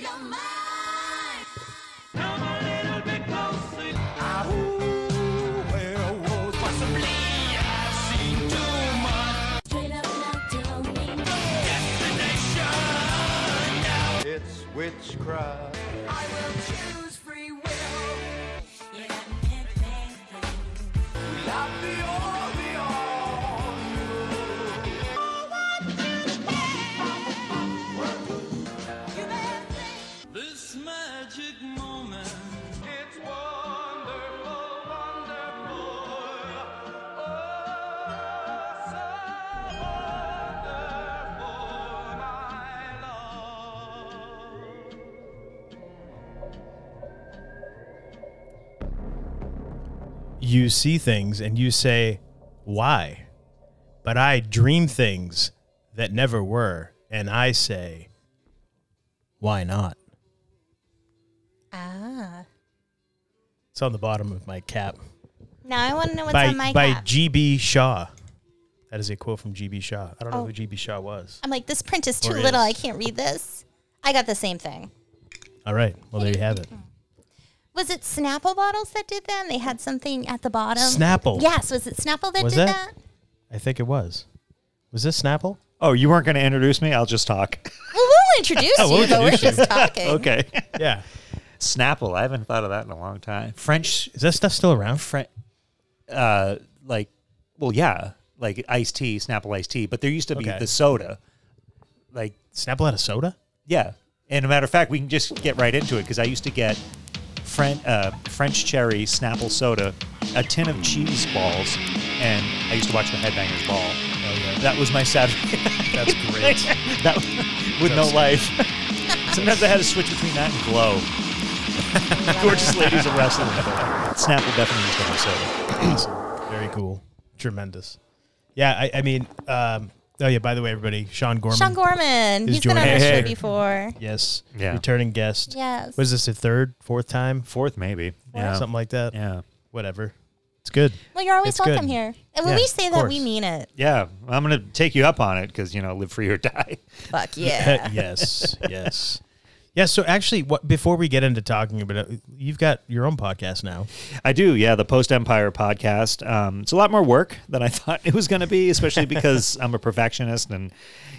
your mind. Come a little bit closer. Ah, ooh, where was possibly I've seen too much Straight up now, tell me. destination. Now It's witchcraft. I will choose free will. You got me everything. not the only all. You better This magic moment. It's wonderful, wonderful. you see things and you say, why? But I dream things that never were, and I say, why not? Ah. It's on the bottom of my cap. Now I want to know what's on by my by cap. G.B. Shaw. That is a quote from G.B. Shaw. I don't know Oh. who G.B. Shaw was. I'm like, this print is too Or little. is. I can't read this. I got the same thing. All right. Well, there you have it. Was it Snapple bottles that did that? And they had something at the bottom. Snapple. Yes. Was it Snapple that Was did that? that? I think it was. Was this Snapple? Oh, you weren't going to introduce me? I'll just talk. Well, we'll introduce Oh, you, we'll but we're introduce you. just talking. okay. Yeah. Snapple. I haven't thought of that in a long time. French, Is that stuff still around? French, uh, like, well, yeah, like iced tea, Snapple iced tea, but there used to be Okay. the soda. Like, Snapple out of soda? yeah. And a matter of fact, we can just get right into it because I used to get French, uh, French cherry Snapple soda, a tin of cheese balls, and I used to watch the Headbangers Ball. That was my Saturday. That's great. that with no life. Sometimes I had to switch between that and glow. Gorgeous ladies of wrestling. Snapple definitely used to have soda. Very cool. Tremendous. Yeah, I, I mean, um, oh yeah. By the way, everybody, Sean Gorman. Sean Gorman. Is He's been on joining our us show later. before. Yes. Yeah. Returning guest. Yes. Was this the third, fourth time? Fourth, maybe. Yeah. Something like that. yeah. Whatever. It's good. Well, you're always It's good. welcome here. And when Yeah, we say of that, we course. mean it. Yeah. I'm going to take you up on it because, you know, live free or die. Fuck yeah. yes. Yes. Yeah, so actually, what before we get into talking about it, you've got your own podcast now. I do, yeah. The Post Empire podcast. Um, it's a lot more work than I thought it was going to be, especially because I'm a perfectionist, and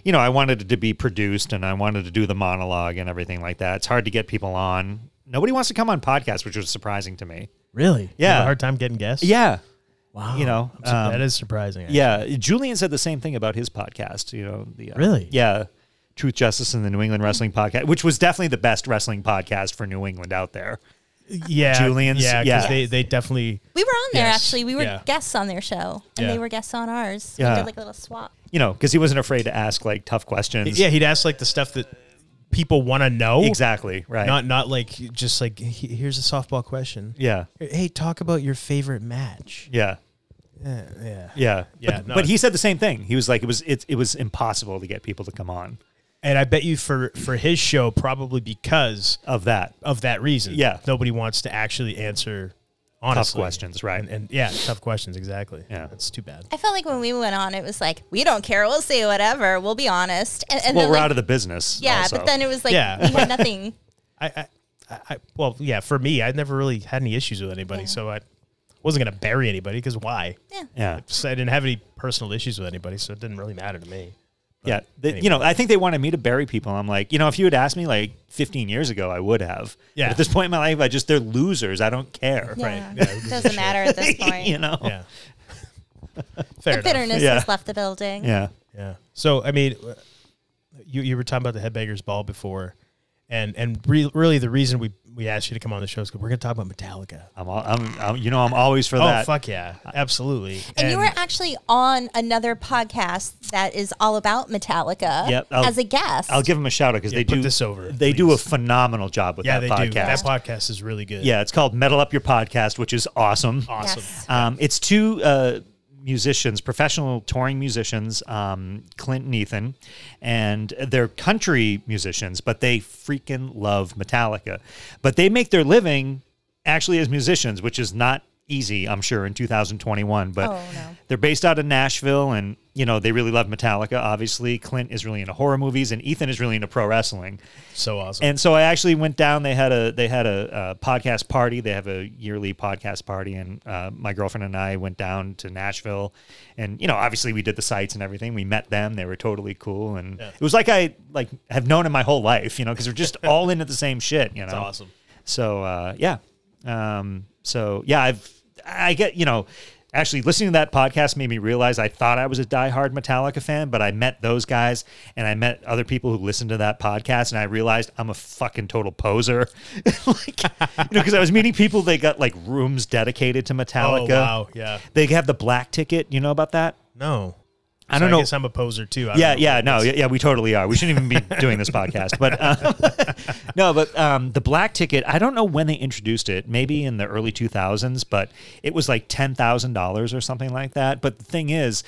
you know, I wanted it to be produced, and I wanted to do the monologue and everything like that. It's hard to get people on. Nobody wants to come on podcasts, which was surprising to me. Really? You have Yeah. a hard time getting guests. Yeah, Wow. you know, I'm sur- um, that is surprising. actually. yeah. Julian said the same thing about his podcast. You know, the, uh, Really? yeah. Truth, Justice, and the New England Wrestling Podcast, which was definitely the best wrestling podcast for New England out there. Yeah. Julian's- Yeah. 'cause yeah. They, they definitely. We were on there Yes. actually. We were Yeah. guests on their show, and Yeah. they were guests on ours. We Yeah. did like a little swap. You know, because he wasn't afraid to ask like tough questions. Yeah, he'd ask like the stuff that people want to know. exactly. Right. Not not like just like he- here's a softball question. yeah. Hey, talk about your favorite match. Yeah. Yeah, yeah. Yeah, Yeah, But, no, but he said the same thing. He was like, it was it, it was impossible to get people to come on And I bet you for for his show probably because of that. of that reason. Yeah. nobody wants to actually answer honestly questions, right. And, and yeah, tough questions. Exactly. Yeah. that's too bad. I felt like when we went on, it was like we don't care. We'll say whatever. We'll be honest. And, and well, then, we're like, out of the business. yeah, also. but then it was like Yeah. we had nothing. I, I, I, I well, yeah. For me, I never really had any issues with anybody, so I wasn't gonna bury anybody because why? Yeah. yeah, So I didn't have any personal issues with anybody, so it didn't really matter to me. yeah. They- You know, I think they wanted me to bury people. I'm like, you know, if you had asked me like 15 years ago, I would have. Yeah. But at this point in my life, I just they're losers. I don't care. Yeah. Yeah, who gives a Doesn't shit? matter at this point. you know. Yeah. Fair the enough. bitterness Yeah. has left the building. Yeah. Yeah. So I mean, uh, you you were talking about the headbangers ball before, and and re- really the reason we we asked you to come on the show is because we're going to talk about Metallica. I'm, all, I'm, I'm, you know, I'm always for oh that. fuck yeah, absolutely. And, you were actually on another podcast that is all about Metallica Yep, I'll- as a guest. I'll give them a shout out because they put do this over, They do a please. phenomenal job with yeah, they that podcast. do. That podcast is really good. yeah, it's called Metal Up Your Podcast, which is awesome. Awesome. Yes. Um, it's two uh, musicians, professional touring musicians, um, Clint and Ethan, and they're country musicians, but they freaking love Metallica. But they make their living actually as musicians, which is not easy, I'm sure, in 2021. But Oh, no. they're based out of Nashville, and you know they really love Metallica. Obviously, Clint is really into horror movies, and Ethan is really into pro wrestling. So awesome. And so I actually went down. They had a they had a, uh podcast party. They have a yearly podcast party, and uh, my girlfriend and I went down to Nashville, and you know, obviously we did the sites and everything. We met them. They were totally cool, and it was like I like have known in my whole life, you know, because we're just all into the same shit. You know, awesome. So uh, yeah, um, so yeah, I've I get you know. Actually, listening to that podcast made me realize I thought I was a diehard Metallica fan, but I met those guys and I met other people who listened to that podcast, and I realized I'm a fucking total poser. like, you know, because I was meeting people, they got like rooms dedicated to Metallica. oh wow, yeah. They have the black ticket. You know about that? No, I So don't know. I guess I'm a poser too. I Yeah, don't know. yeah, no, yeah, yeah, we totally are. We shouldn't even be doing this podcast, but uh, no, but um, the black ticket. I don't know when they introduced it. Maybe in the early two thousands, but it was like ten thousand dollars or something like that. But the thing is.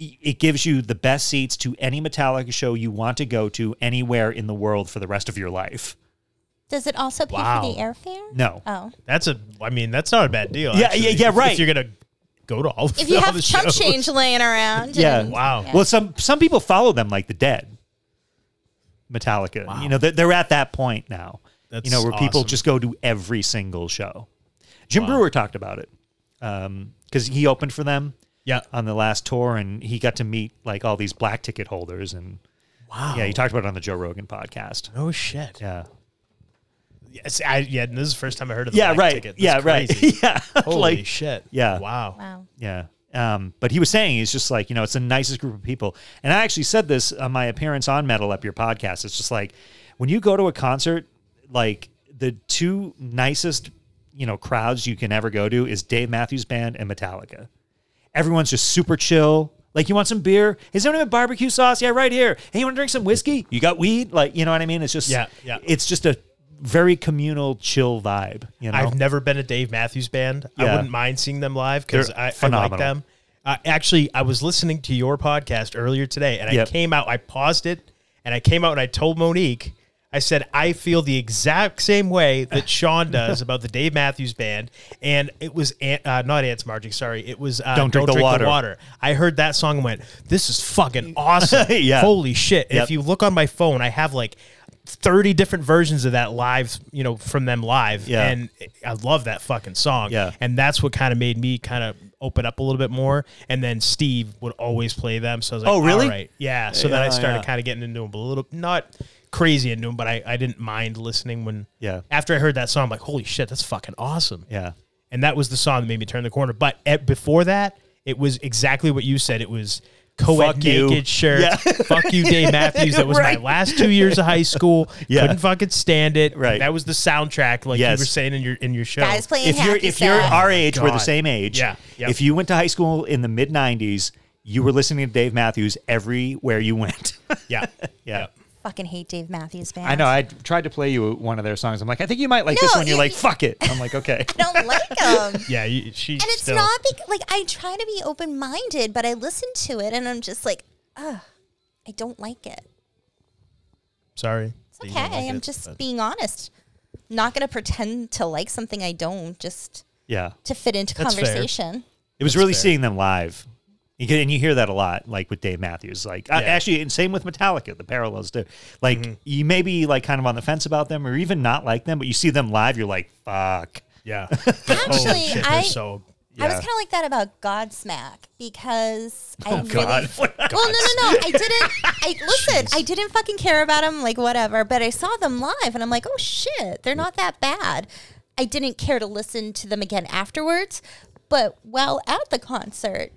i- It gives you the best seats to any Metallica show you want to go to anywhere in the world for the rest of your life. Does it also pay Wow. for the airfare? No. Oh. That's a. I mean, that's not a bad deal. Yeah, actually, yeah, yeah, if- right. If you're gonna go to all, of If you all have the chump shows. change laying around. Yeah. and- Wow. Yeah. Well, some some people follow them like the dead. Metallica. You know, they're, they're at that point now. you That's know, where people awesome. just go to every single show. Jim Brewer talked about it because he opened for them Yeah. on the last tour, and he got to meet like all these black ticket holders, and Wow. yeah, he talked about it on the Joe Rogan podcast. Oh shit. Yeah, Yes, I, yeah. and This is the first time I heard of. The yeah, black right, Ticket. That's yeah, crazy. right, yeah, Holy Like, shit. yeah. Wow. Wow. Yeah. Um, but he was saying he's just like, you know, it's the nicest group of people. And I actually said this on my appearance on Metal Up Your Podcast. It's just like when you go to a concert, like the two nicest, you know, crowds you can ever go to is Dave Matthews Band and Metallica. Everyone's just super chill. Like you want some beer? Is anyone have barbecue sauce? Yeah, right here. Hey, you want to drink some whiskey? You got weed? Like, you know what I mean? It's just Yeah, yeah. it's just a very communal chill vibe, you know. I've never been a Dave Matthews Band. I Yeah. wouldn't mind seeing them live because They're I, I phenomenal. like them. Uh, actually, I was listening to your podcast earlier today, and I Yep. came out. I paused it, and I came out and I told Monique. I said I feel the exact same way that Sean does about the Dave Matthews Band, and it was Aunt, uh, not Aunt's Margie. Sorry, it was uh, Don't Drink the Water. I heard that song and went, "This is fucking awesome! Yeah. Holy shit!" And Yep. If you look on my phone, I have like thirty different versions of that live, you know, from them live, Yeah. and I love that fucking song. Yeah. And that's what kind of made me kind of open up a little bit more. And then Steve would always play them. So I was like, Oh, really? All right. Yeah. So then I Yeah, started yeah. kind of getting into them a little, not crazy into them, but I, I didn't mind listening when, Yeah. After I heard that song, I'm like, holy shit, that's fucking awesome. yeah. And that was the song that made me turn the corner. But at, before that, it was exactly what you said. It was co Fuck ed you. naked shirts. Yeah. Fuck you, Dave Matthews. That was Right. my last two years of high school. Yeah. Couldn't fucking stand it. Right. That was the soundtrack, like Yes. you were saying in your in your show. Guys playing if you're hacky if you're sack. our age, we're the God. same age. Yeah, yep. If you went to high school in the mid '90s, you were listening to Dave Matthews everywhere you went. yeah. yeah. Fucking hate Dave Matthews Band. I know. I tried to play you one of their songs. I'm like, I think you might like this No, one. You're you- like, fuck it. I'm like, okay. I don't like them. and Yeah. You, she and it's not because, like, I try to be open minded, but I listen to it and I'm just like, ugh, I don't like it. Sorry. It's okay. I'm just being honest. Not going to pretend to like something I don't just Yeah. to fit into That's fair. conversation. It was really fair. seeing them live. You get, and you hear that a lot, like with Dave Matthews. Like uh, Yeah. Mm-hmm. actually, and same with Metallica. The parallels do. Like you may be like kind of on the fence about them, or even not like them, but you see them live, you're like, fuck. Yeah. Actually, Oh, shit, they're I- so. I was Yeah. kind of like that about Godsmack because Oh, I really God. Well, no, no, no. I didn't. I listen. I didn't fucking care about them. Like whatever. But I saw them live, and I'm like, oh shit, they're not that bad. I didn't care to listen to them again afterwards, but while at the concert,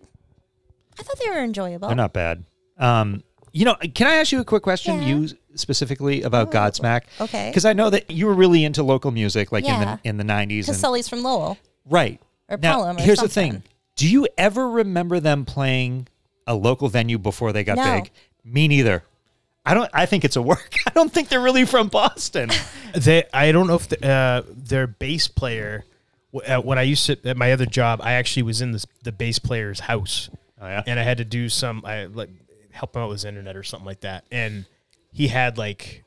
I thought they were enjoyable. They're not bad. Um, you know, can I ask you a quick question? Yeah. Oh, You specifically about Godsmack, okay. Because I know that you were really into local music, like Yeah. in the in the '90s. Because And, Sully's from Lowell. right. or now, Pelham or here's the something. thing: Do you ever remember them playing a local venue before they got No. big? Me neither. I don't. I think it's a work. I don't think they're really from Boston. They, I don't know if the, uh, their bass player. wh- uh, When I used to at my other job, I actually was in this, the bass player's house, Oh, yeah? and I had to do some I like help him out with his internet or something like that. And he had like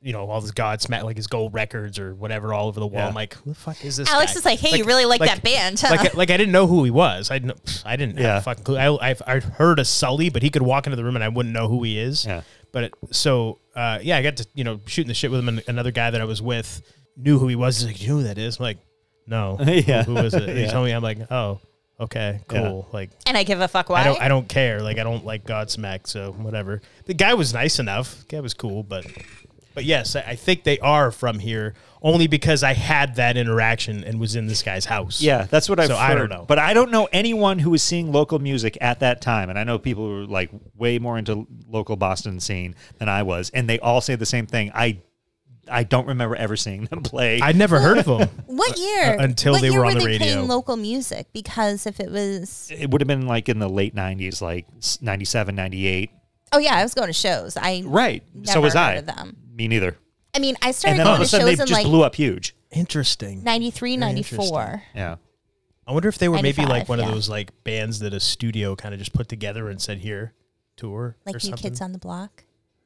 you know, all this Godsmack, like his gold records or whatever, all over the wall. Yeah. I'm like, who the fuck is this? Alex guy? is like, hey, you really like, that band, huh? Like, like I didn't know who he was. I didn't, pff, I didn't have Yeah. a fucking clue. I, I've, I'd heard of Sully, but he could walk into the room and I wouldn't know who he is. Yeah. But it, so, uh, yeah, I got to, you know, shooting the shit with him and another guy that I was with knew who he was. He's like, you know who that is? I'm like, no. Yeah. Who who is it? And He Yeah. told me, I'm like, oh, okay, Yeah. cool. Like, and I give a fuck why. I don't, I don't care. Like, I don't like Godsmack, so whatever. The guy was nice enough. The guy was cool, but, but yes, I, I think they are from here only because I had that interaction and was in this guy's house. Yeah, that's what I've So heard. I don't know. But I don't know anyone who was seeing local music at that time. And I know people were like way more into local Boston scene than I was, and they all say the same thing. I I don't remember ever seeing them play. I'd never heard of him. what year? uh, until what they year were on the they radio. playing local music because if it was, it would have been like in the late 90s, like s- 97, 98. oh yeah, I was going to shows. I Right. so Never was heard I. of them. Me neither. I mean, I And started then all going of a to sudden they shows in just like blew up huge. Interesting. 93, Very 94. Yeah. I wonder if they were maybe like 95, one of yeah. those like bands that a studio kind of just put together and said, "Here, tour." or Like New something. Kids on the Block.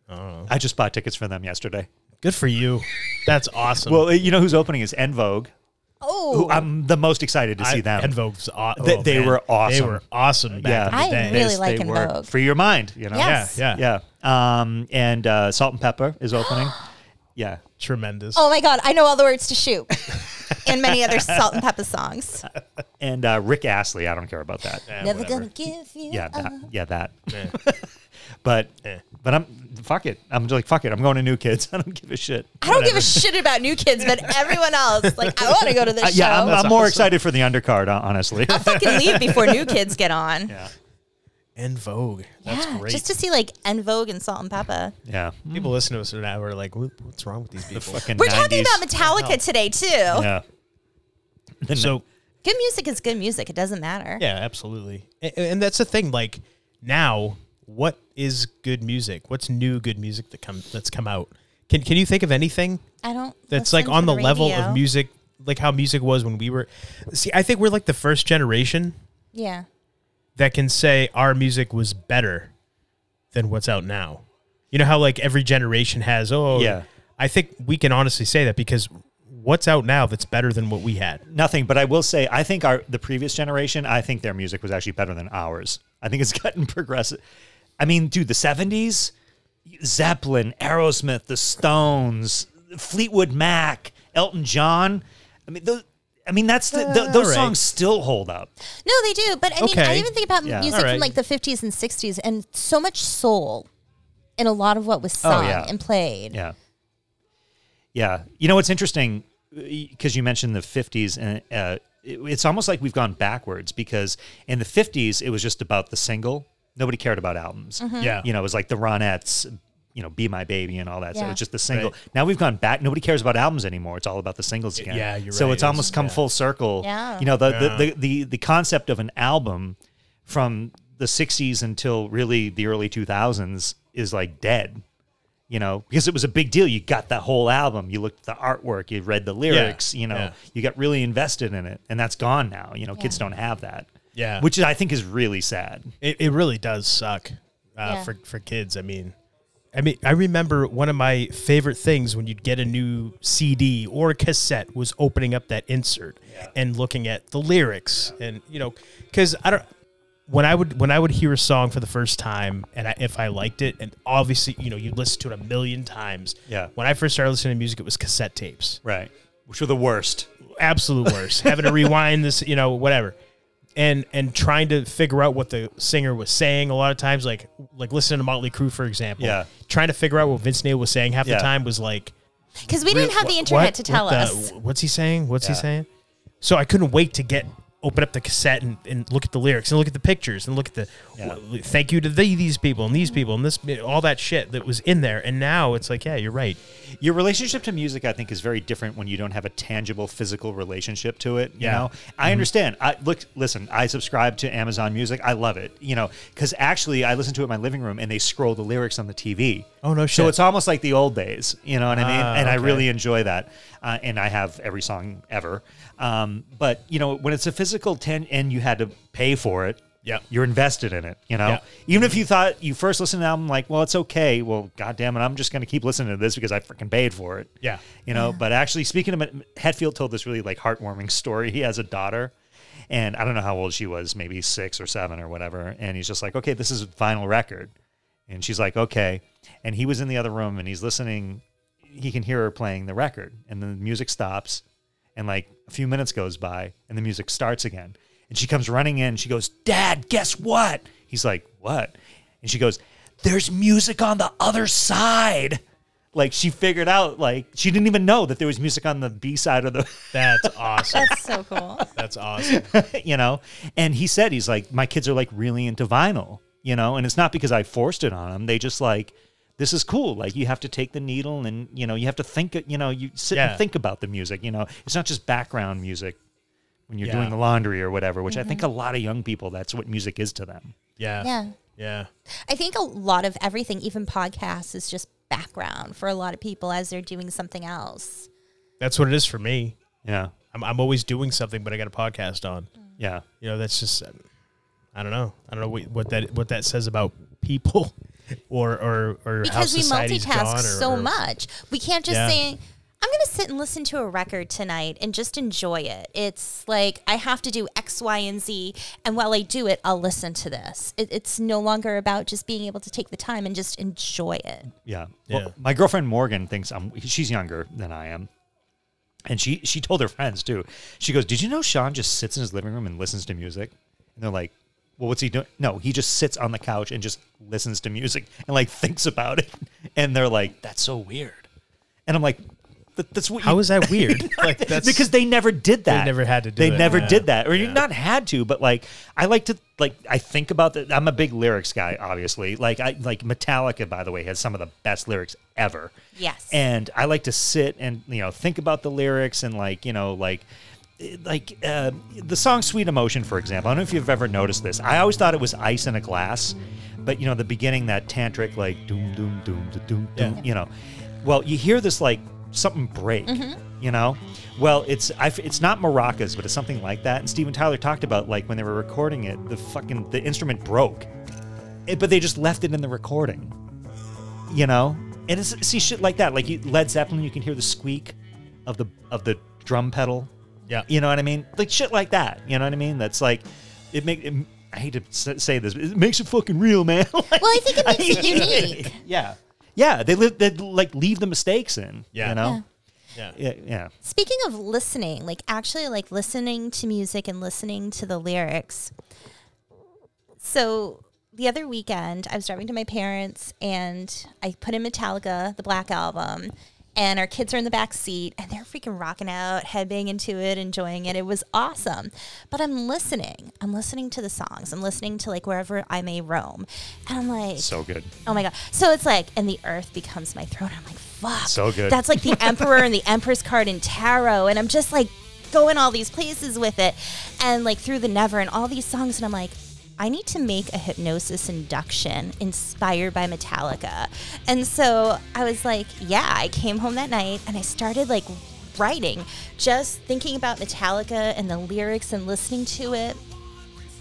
I just bought tickets for them yesterday. Good for you. That's awesome. Well, you know who's opening is En Vogue. Oh, Who I'm the most excited to see them. En Vogue's aw- They- oh, they man. were awesome. They were awesome Yeah. back I in the day. really They- like they En were Vogue. Free your mind, you know. yeah, Yes. yeah, Yeah. Um, and uh, Salt and Pepper is opening. yeah. Tremendous. oh my God, I know all the words to shoot, and many other Salt and Pepper songs. And uh, Rick Astley. I don't care about that. Eh, Never whatever. gonna give you. Yeah. up. That, yeah. That. but but I'm fuck it. I'm just like fuck it. I'm going to New Kids. I don't give a shit. I don't give a shit about New Kids, but everyone else, like, I want to go to this Uh, show. yeah. I'm, I'm more awesome. excited for the undercard. hon- Honestly. fucking leave before New Kids get on. Yeah, En Vogue. That's great. just to see like En Vogue and Salt and Peppa. yeah. people listen to us now are like, "What- "What's wrong with these people?" Fucking We're talking 90s. about Metallica today too. Yeah. The so Good music is good music. It doesn't matter. yeah, absolutely. And, and that's the thing. Like now, what is good music? What's new good music that come that's come out? Can Can you think of anything? I don't. that's listen like on to the, level radio. of music like how music was when we were see i think we're like the first generation Yeah, that can say our music was better than what's out now you know how like every generation has oh Yeah. i think we can honestly say that because what's out now that's better than what we had Nothing, but I will say I think our the previous generation, I think their music was actually better than ours. I think it's gotten progressive. I mean, dude, the 70s, Zeppelin, Aerosmith, the Stones, Fleetwood Mac, Elton John. I mean, those I mean, that's the, th- those Alright. songs still hold up. no, they do. But I mean, I Okay. even think about Yeah. music All right. from like the fifties and sixties, and so much soul in a lot of what Oh, was sung yeah. and played. Yeah. Yeah. You know what's interesting because you mentioned the 50s and uh, it- it's almost like we've gone backwards because in the 50s it was just about the single. Nobody cared about albums. Mm-hmm. Yeah. You know, it was like the Ronettes, you know, Be My Baby and all that. So Yeah. it's just the single. Right. Now we've gone back. Nobody cares about albums anymore. It's all about the singles again. yeah, you're So right. it's almost It's- come yeah. full circle. Yeah. You know, the, Yeah. the, the, the, the concept of an album from the 60s until really the early 2000s is like dead you know, because it was a big deal. You got the whole album, you looked at the artwork, you read the lyrics, you know, yeah. you got really invested in it, and that's gone now. You know, kids don't have that. Yeah. which I think is really sad. It, it really does suck uh, Yeah. for for kids. I mean, I mean, I remember one of my favorite things when you'd get a new CD or cassette was opening up that insert and looking at the lyrics, and you know, because I don't. When I would when I would hear a song for the first time, and I, if I liked it, and obviously you know you listen to it a million times. Yeah. When I first started listening to music, it was cassette tapes Right, which are the worst. absolute worst. Having to rewind this, you know, whatever, and and trying to figure out what the singer was saying. A lot of times, like like listening to Motley Crue, for example, Yeah. trying to figure out what Vince Neil was saying half Yeah. the time was like, because we didn't have the "What- internet what? to tell What the- us. what's he saying, what's he Yeah. saying. So I couldn't wait to get open up the cassette and, and look at the lyrics and look at the pictures and look at the Yeah. thank you to the, these people and these people and this all that shit that was in there. And now it's like, yeah, you're right. Your relationship to music, I think, is very different when you don't have a tangible physical relationship to it. You Yeah. Mm-hmm. know, I understand. I look, listen. I subscribe to Amazon Music. I love it. You know, because actually, I listen to it in my living room, and they scroll the lyrics on the TV. Oh, no So shit. it's almost like the old days. You know what I mean? Ah, and I okay. really enjoy that. Uh, and I have every song ever. Um, but you know, when it's a physical ten, and you had to pay for it. Yeah. You're invested in it, you know? Yeah. Even if you thought you first listened to the album, like, well, it's okay. Well, goddamn it, I'm just going to keep listening to this because I freaking paid for it. Yeah. You know, but actually, speaking of Hetfield, told this really like heartwarming story. He has a daughter, and I don't know how old she was, maybe six or seven or whatever. And he's just like, okay, this is the final record. And she's like, okay. And he was in the other room and he's listening. He can hear her playing the record, and then the music stops and like a few minutes goes by and the music starts again and she comes running in she goes dad guess what he's like what and she goes there's music on the other side like she figured out like she didn't even know that there was music on the b side of the That's awesome. That's so cool. That's awesome. you know and he said he's like my kids are like really into vinyl you know and it's not because i forced it on them they just like this is cool like you have to take the needle and you know you have to think you know you sit Yeah. and think about the music you know it's not just background music when you're Yeah. doing the laundry or whatever which i think a lot of young people that's what music is to them Yeah. Yeah. Yeah. I think a lot of everything, even podcasts, is just background for a lot of people as they're doing something else. That's what it is for me. yeah I'm, I'm always doing something, but I got a podcast on. yeah You know, that's just, I don't know. I don't know what, what that what that says about people, or or or how Because we society's multitask gone, or, so or- much. We can't just Yeah. say, I'm going to sit and listen to a record tonight and just enjoy it. It's like I have to do X, Y, and Z. And while I do it, I'll listen to this. It, it's no longer about just being able to take the time and just enjoy it. Yeah. Yeah. Well, my girlfriend Morgan thinks I'm. She's younger than I am, and she she told her friends too. She goes, "Did you know Sean just sits in his living room and listens to music?" And they're like, "Well, what's he doing?" No, he just sits on the couch and just listens to music and like thinks about it. And they're like, "That's so weird." And I'm like, "That- "That's what." How you- is that weird? like that's because they never did that. never had to do They it, never yeah. did that, or you Yeah. not had to, but like I like to like I think about that. I'm a big lyrics guy, obviously. Like I like Metallica, by the way, has some of the best lyrics ever. Yes. and I like to sit and you know think about the lyrics and like you know like like uh, the song "Sweet Emotion," for example. I don't know if you've ever noticed this. I always thought it was ice in a glass, but you know the beginning that tantric like doom doom doom doom doom, doom you know. Well, you hear this like something break, you know. Well, it's I, f- it's not maracas, but it's something like that. And Steven Tyler talked about like when they were recording it, the fucking the instrument broke, It- but they just left it in the recording you know and it's see shit like that like you, led zeppelin you can hear the squeak of the of the drum pedal Yeah. you know what i mean like shit like that you know what i mean that's like it make it, i hate to s- say this but it makes it fucking real man Like, Well, I think it makes it unique. yeah yeah they live they like leave the mistakes in Yeah. you know Yeah. yeah yeah Speaking of listening, like actually like listening to music and listening to the lyrics. So the other weekend, I was driving to my parents and I put in Metallica, the Black Album, and our kids are in the back seat and they're freaking rocking out, headbanging to it, enjoying it. It was awesome. But I'm listening. I'm listening to the songs. I'm listening to like wherever I may roam. And I'm like, so good Oh my god! So it's like, and the earth becomes my throne. I'm like, fuck. So good. That's like the emperor and the empress card in tarot, and I'm just like going all these places with it, and like through the never and all these songs, and I'm like. I need to make a hypnosis induction inspired by Metallica. And so I was like, yeah, I came home that night and I started like writing, just thinking about Metallica and the lyrics and listening to it.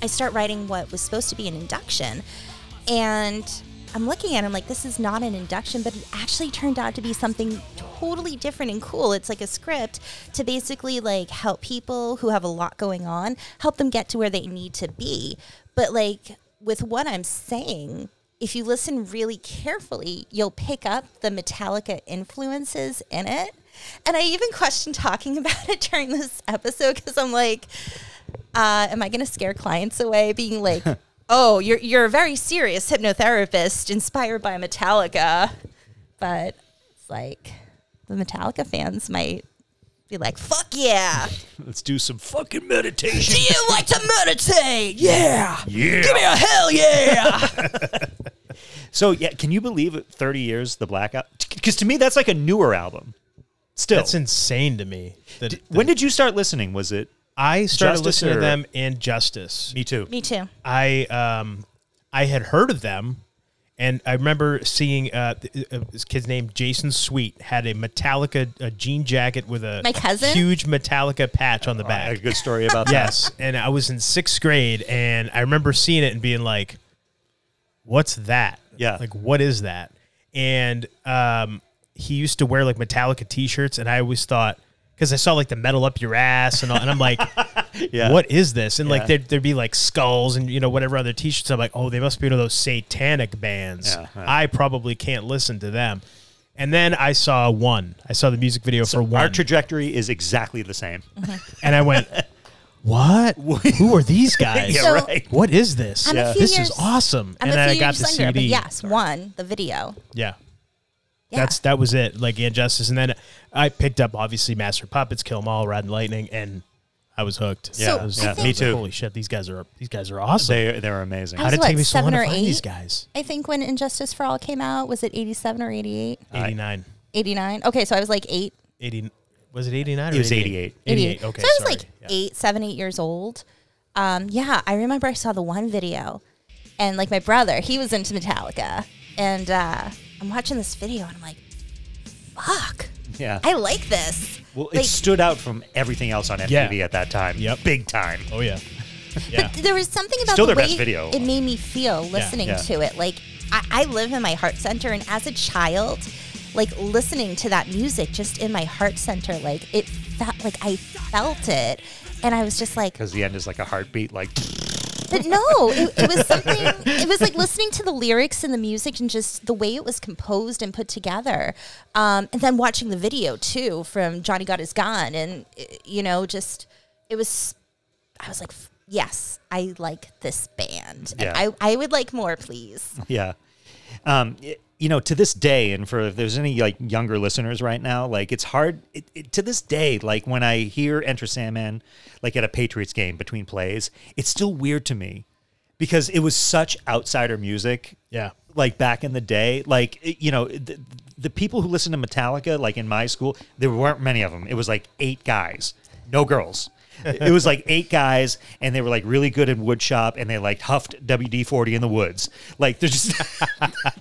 I start writing what was supposed to be an induction. And I'm looking at it, I'm like, this is not an induction, but it actually turned out to be something totally different and cool. It's like a script to basically like help people who have a lot going on, help them get to where they need to be. But like with what I'm saying, if you listen really carefully, you'll pick up the Metallica influences in it. And I even questioned talking about it during this episode because I'm like, uh, am I going to scare clients away being like, oh, you're, you're a very serious hypnotherapist inspired by Metallica? But it's like the Metallica fans might be like, fuck yeah. let's do some fucking meditation you like to meditate? Yeah. yeah Give me a hell yeah. so yeah can you believe it, 30 years the blackout because to me that's like a newer album still That's insane to me. That, D- when did you start listening was it I started Justice listening or- to them in Justice? me too me too. I um I had heard of them And I remember seeing uh, th- uh, this kid's name, Jason Sweet, had a Metallica a jean jacket with a My cousin? huge Metallica patch on the Oh, I had back. a good story about that. Yes, and I was in sixth grade, and I remember seeing it and being like, "What's that? Yeah. like what is that?" And um, he used to wear like Metallica T-shirts, and I always thought because I saw like the metal up your ass and all, and I'm like, Yeah. "What is this?" And like Yeah. there'd, there'd be like skulls and you know whatever other T-shirts. I'm like, "Oh, they must be one of those satanic bands." Yeah, yeah. I probably can't listen to them. And then I saw one. I saw the music video for one Mm-hmm. Our trajectory is exactly the same. and I went, "What? Who are these guys? Yeah, So- right. What is this? I'm a few This years- is awesome!" I'm and a then few I got years the younger, CD. but yes, one the video. Yeah. Yeah. that's that was it. Like Injustice, and then I picked up obviously Master Puppets, Kill 'Em All, Rod and Lightning, and I was hooked. So, I was, I I was think- like, Holy shit, these guys are these guys are awesome. They they're amazing. I How was did it what, take me so long seven to or find eight? these guys? I think when Injustice for All came out, was it 87 or 88? Eighty nine. 89? Okay, so I was like eight. 80, was it 89 or It was 88? 88. 88, okay. so I was sorry. like Yeah. eight, seven, eight years old. Um, yeah, I remember I saw the one video, and like my brother, he was into Metallica, and uh, I'm watching this video, and I'm like, "Fuck, yeah. I like this." well, it like- stood out from everything else on MTV Yeah. at that time. Yep. Big time. Oh yeah. Yeah. There was something about Still the their way best video. it made me feel listening yeah. to it. Like I, I live in my heart center, and as a child, like listening to that music just in my heart center, like it felt like I felt it, and I was just like, Because the end is like a heartbeat. Like But no, it, it was something. It was like listening to the lyrics and the music and just the way it was composed and put together, um, and then watching the video too from Johnny Got His Gun, and uh, you know, just it was. I was like, yes, I like this band. And Yeah. I I would like more, please. yeah. Um, y- you know, to this day, and for if there's any like younger listeners right now, like it's hard it, it, to this day. Like when I hear Enter Sandman, like at a Patriots game between plays, it's still weird to me because it was such outsider music. Yeah. Like back in the day, like it- you know, the, the people who listened to Metallica, like in my school, there weren't many of them. It was like eight guys, no girls. it was like eight guys, and they were like really good in woodshop, and they like huffed WD forty in the woods. Like they're just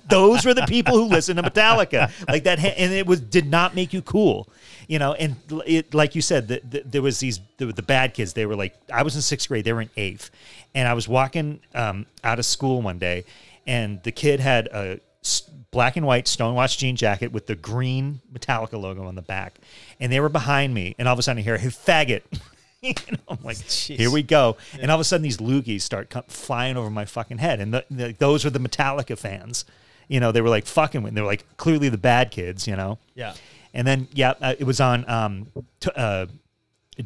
those were the people who listened to Metallica. Like that, ha- and it was did not make you cool, you know. And l- it, like you said, the, the, there was these the, the bad kids. They were like, I was in sixth grade, they were in eighth, and I was walking um, out of school one day, and the kid had a s- black and white stonewashed jean jacket with the green Metallica logo on the back, and they were behind me, and all of a sudden I hear, "Hey, faggot." you know, I'm like, here we go. And all of a sudden, these loogies start co- flying over my fucking head. And the, the, those are the Metallica fans. You know, they were like fucking with. They were like clearly the bad kids. You know. Yeah. And then yeah, uh, it was on um, t- uh,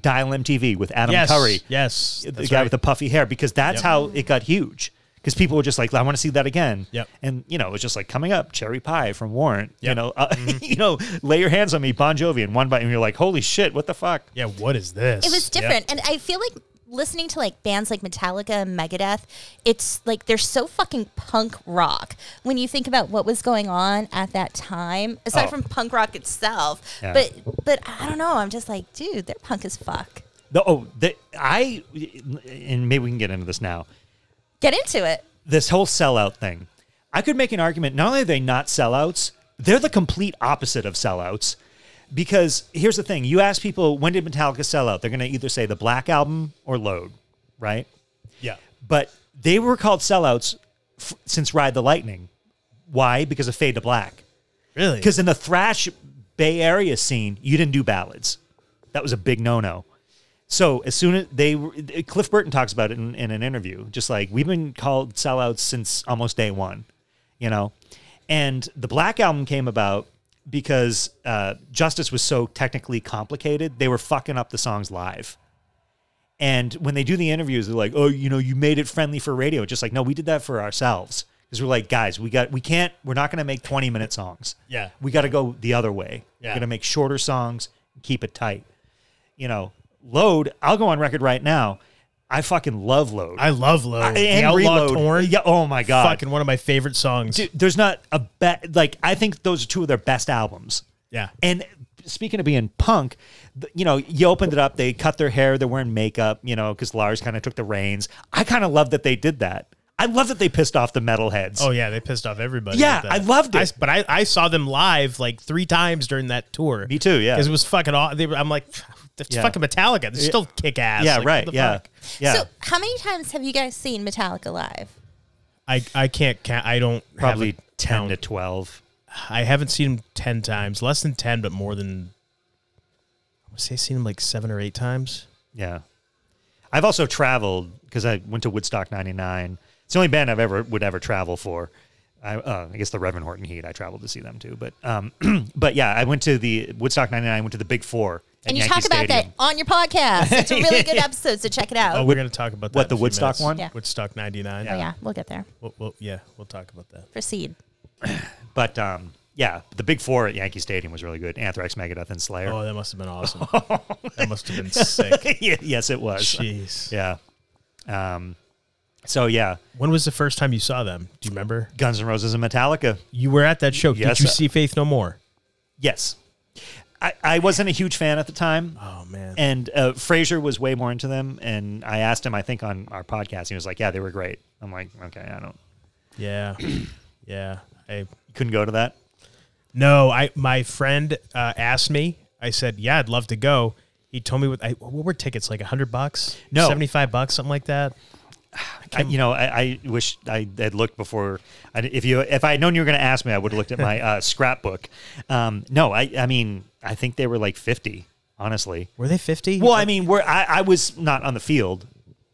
Dial MTV with Adam Yes. Curry, Yes. the that's guy right. with the puffy hair, because that's Yep. how it got huge. Because people were just like, I want to see that again. Yep. And you know, it was just like coming up, Cherry Pie from Warrant. You Yep. Mm-hmm. know, uh, you know, lay your hands on me, Bon Jovi, and one bite, and you're like, holy shit, what the fuck? Yeah. What is this? It was Yeah. different, and I feel like listening to like bands like Metallica and Megadeth, it's like they're so fucking punk rock. When you think about what was going on at that time, aside Oh. from punk rock itself, Yeah. but but I don't know. I'm just like, dude, they're punk as fuck. The, oh, the, I and maybe we can get into this now. Get into it. This whole sellout thing. I could make an argument. Not only are they not sellouts, they're the complete opposite of sellouts. Because here's the thing: you ask people when did Metallica sell out, they're going to either say the Black Album or Load, right? Yeah. But they were called sellouts f- since Ride the Lightning. Why? Because of Fade to Black. Really. Because in the thrash Bay Area scene, you didn't do ballads. That was a big no-no. So as soon as they, Cliff Burton talks about it in, in an interview, just like we've been called sellouts since almost day one, you know. And the Black Album came about because uh, Justice was so technically complicated; they were fucking up the songs live. And when they do the interviews, they're like, "Oh, you know, you made it friendly for radio." Just like, no, we did that for ourselves because we're like, guys, we got, we can't, we're not going to make twenty-minute songs. Yeah. we got to go the other way. Yeah. We're going to make shorter songs and keep it tight. You know, load. I'll go on record right now. I fucking love load. I love Low. and The Outlaw Reload. Torn. Yeah. Oh my god. Fucking one of my favorite songs. Dude, there's not a bet. Like I think those are two of their best albums. Yeah. And speaking of being punk, th- you know, you opened it up. They cut their hair. They're wearing makeup. You know, because Lars kind of took the reins. I kind of love that they did that. I love that they pissed off the metalheads. Oh yeah, they pissed off everybody. Yeah, with that. I loved it. s- but I, I saw them live like three times during that tour. Me too, yeah. because it was fucking. Aw- they were, I'm like, it's Yeah. fucking Metallica. They still kick ass. yeah, Like, what right. the Yeah, fuck? yeah. So, how many times have you guys seen Metallica live? I I can't count. I don't have Probably a ten to count. twelve. I haven't seen him ten times, less than ten, but more than. I would say seen him like seven or eight times. Yeah. I've also traveled because I went to Woodstock 99. It's the only band I've ever would ever travel for. I, uh, I guess the Reverend Horton Heat. I traveled to see them too, but um, but yeah, I went to the Woodstock '99. Went to the Big Four, at And you Yankee talk about Stadium. that on your podcast. It's a really good episode, so check it out. Oh, Oh, we're gonna talk about that Uh, what, in the a few Woodstock minutes. one? Yeah. Woodstock '99. yeah, we'll get there. We'll, we'll, yeah, we'll talk about that. Proceed. But um, yeah, the Big Four at Yankee Stadium was really good. Anthrax, Megadeth, and Slayer. Oh, that must have been awesome. that must have been sick. Yeah, yes, it was. Jeez. Yeah. Um, so yeah, When was the first time you saw them? Do you remember? Guns N' Roses and Metallica. You were at that show. Yes, Did you uh, see Faith No More? Yes, I, I wasn't a huge fan at the time. Oh man. And uh, Fraser was way more into them, and I asked him. I think on our podcast, he was like, "Yeah, they were great." I'm like, "Okay, I don't." yeah. yeah. I You couldn't go to that. no. I my friend uh, asked me. I said, "Yeah, I'd love to go." He told me what, I, what were tickets like? hundred bucks? No. seventy-five bucks, something like that. I, you know, I, I wish I had looked before. I, if you, if I had known you were going to ask me, I would have looked at my uh, scrapbook. Um, no, I, I mean, I think they were like 50. Honestly, Were they fifty? Well, I mean, we're I, I was not on the field.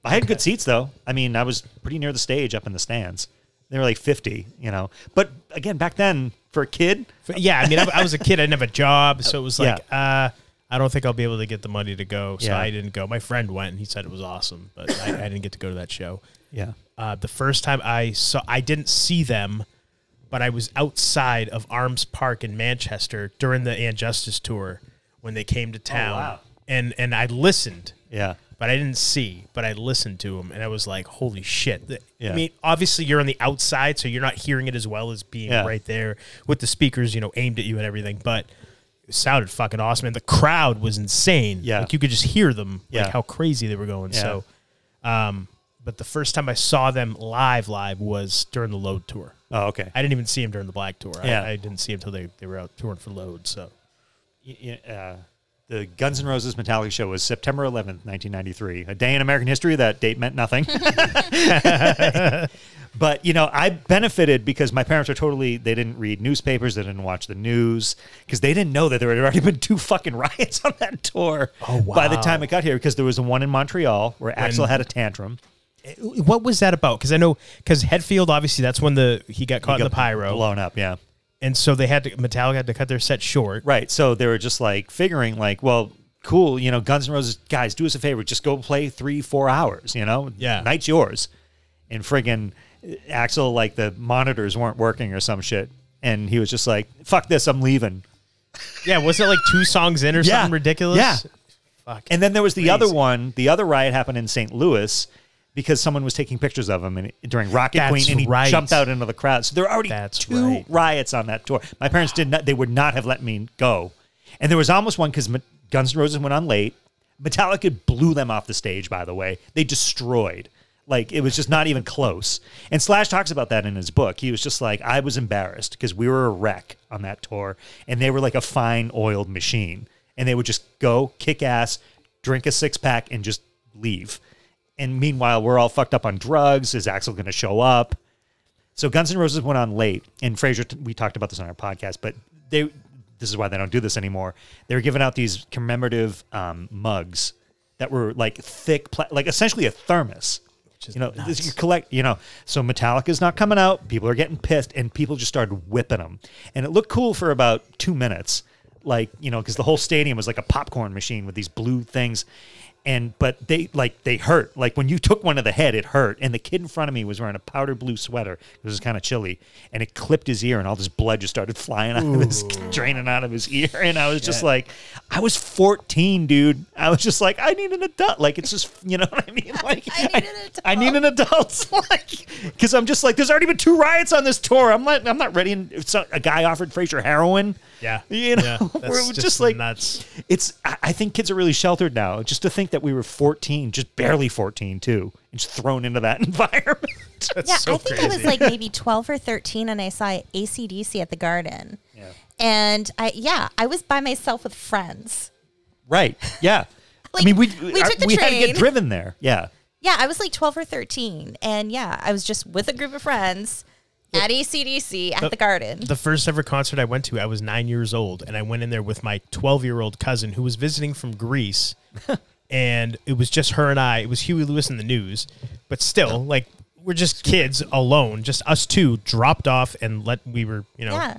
I had good seats though. I mean, I was pretty near the stage, up in the stands. They were like fifty, you know. But again, back then for a kid, yeah. I mean, I, I was a kid. I didn't have a job, so it was like, uh, I don't think I'll be able to get the money to go, so Yeah. I didn't go. My friend went, and he said it was awesome, but I, I didn't get to go to that show. yeah, uh, the first time I saw, I didn't see them, but I was outside of Arms Park in Manchester during the And Justice tour when they came to town, wow. and and I listened, yeah, but I didn't see, but I listened to them, and I was like, holy shit! The- Yeah. I mean, obviously you're on the outside, so you're not hearing it as well as being Yeah. right there with the speakers, you know, aimed at you and everything, but. It sounded fucking awesome, and the crowd was insane. Yeah. like you could just hear them, Yeah. like how crazy they were going. Yeah. So, um, but the first time I saw them live, live was during the Load tour. Oh, okay. I didn't even see them during the Black tour. I- Yeah. I, didn't see them until they, they were out touring for Load. So Y- y- uh, the Guns N' Roses Metallica show was September 11th, 1993. A day in American history, that date meant nothing. but, you know, I benefited because my parents were totally, they didn't read newspapers, they didn't watch the news, because they didn't know that there had already been two fucking riots on that tour oh, by the wow. time it got here, because there was the one in Montreal where Axel had a tantrum. what was that about? Because I know because Headfield obviously that's when the he got caught in the Got pyro, Blown up, yeah. and so they had to Metallica had to cut their set short. Right. So they were just like figuring, like, well, cool, you know, Guns N' Roses, guys, do us a favor, just go play three, four hours, you know? Yeah. Night's yours. And friggin' Axel, like, the monitors weren't working or some shit. And he was just like, fuck this, I'm leaving. Yeah, was it like two songs in or Yeah. something ridiculous? Yeah. Fuck. And then there was the other Crazy. one, the other riot happened in St. Louis because someone was taking pictures of him and, during Rocket That's Queen and he right. jumped out into the crowd. So there were already That's two right. riots on that tour. My parents did not, they would not have let me go. And there was almost one because Guns N' Roses went on late. Metallica blew them off the stage, by the way. They destroyed. Like it was just not even close. And Slash talks about that in his book. He was just like, I was embarrassed because we were a wreck on that tour and they were like a fine oiled machine. And they would just go kick ass, drink a six pack, and just leave. And meanwhile, we're all fucked up on drugs. Is Axel going to show up? So Guns N' Roses went on late, and Fraser. We talked about this on our podcast, but they. This is why they don't do this anymore. They were giving out these commemorative um, mugs that were like thick, pla- like essentially a thermos. is You know, this, you collect. You know, so Metallica's not coming out. People are getting pissed, and people just started whipping them. And it looked cool for about two minutes, like you know, because the whole stadium was like a popcorn machine with these blue things. And but they like they hurt. Like when you took one to the head, it hurt. And the kid in front of me was wearing a powder blue sweater. It was kind of chilly, and it clipped his ear, and all this blood just started flying out of his, draining out of his ear. And I was just like, I was 14, dude. I was just like, I need an adult. Like it's just, you know what I mean? Like I need an adult. I need an adult, like, because I'm just like, there's already been two riots on this tour. I'm not, I'm not ready. And it's not- a guy offered Fraser heroin. yeah, you know, yeah, we're that's just, like, nuts. it's. I I think kids are really sheltered now. Just to think think that we were 14, just barely 14 too, and just thrown into that environment. That's yeah, so I think crazy. I was like maybe 12 or 13 and I saw ACDC at the garden. And I, yeah, I was by myself with friends. right. Yeah. Like, I mean, we we I- took the we had to train. get driven there. Yeah. Yeah, I was like 12 or 13. And yeah, I was just with a group of friends at E ACDC at the garden. the first ever concert I went to, I was nine years old, and I went in there with my 12 year old cousin who was visiting from Greece. and it was just her and I. It was Huey Lewis in the news, but still, like, we're just kids alone, just us two dropped off and let, we were, you know, yeah.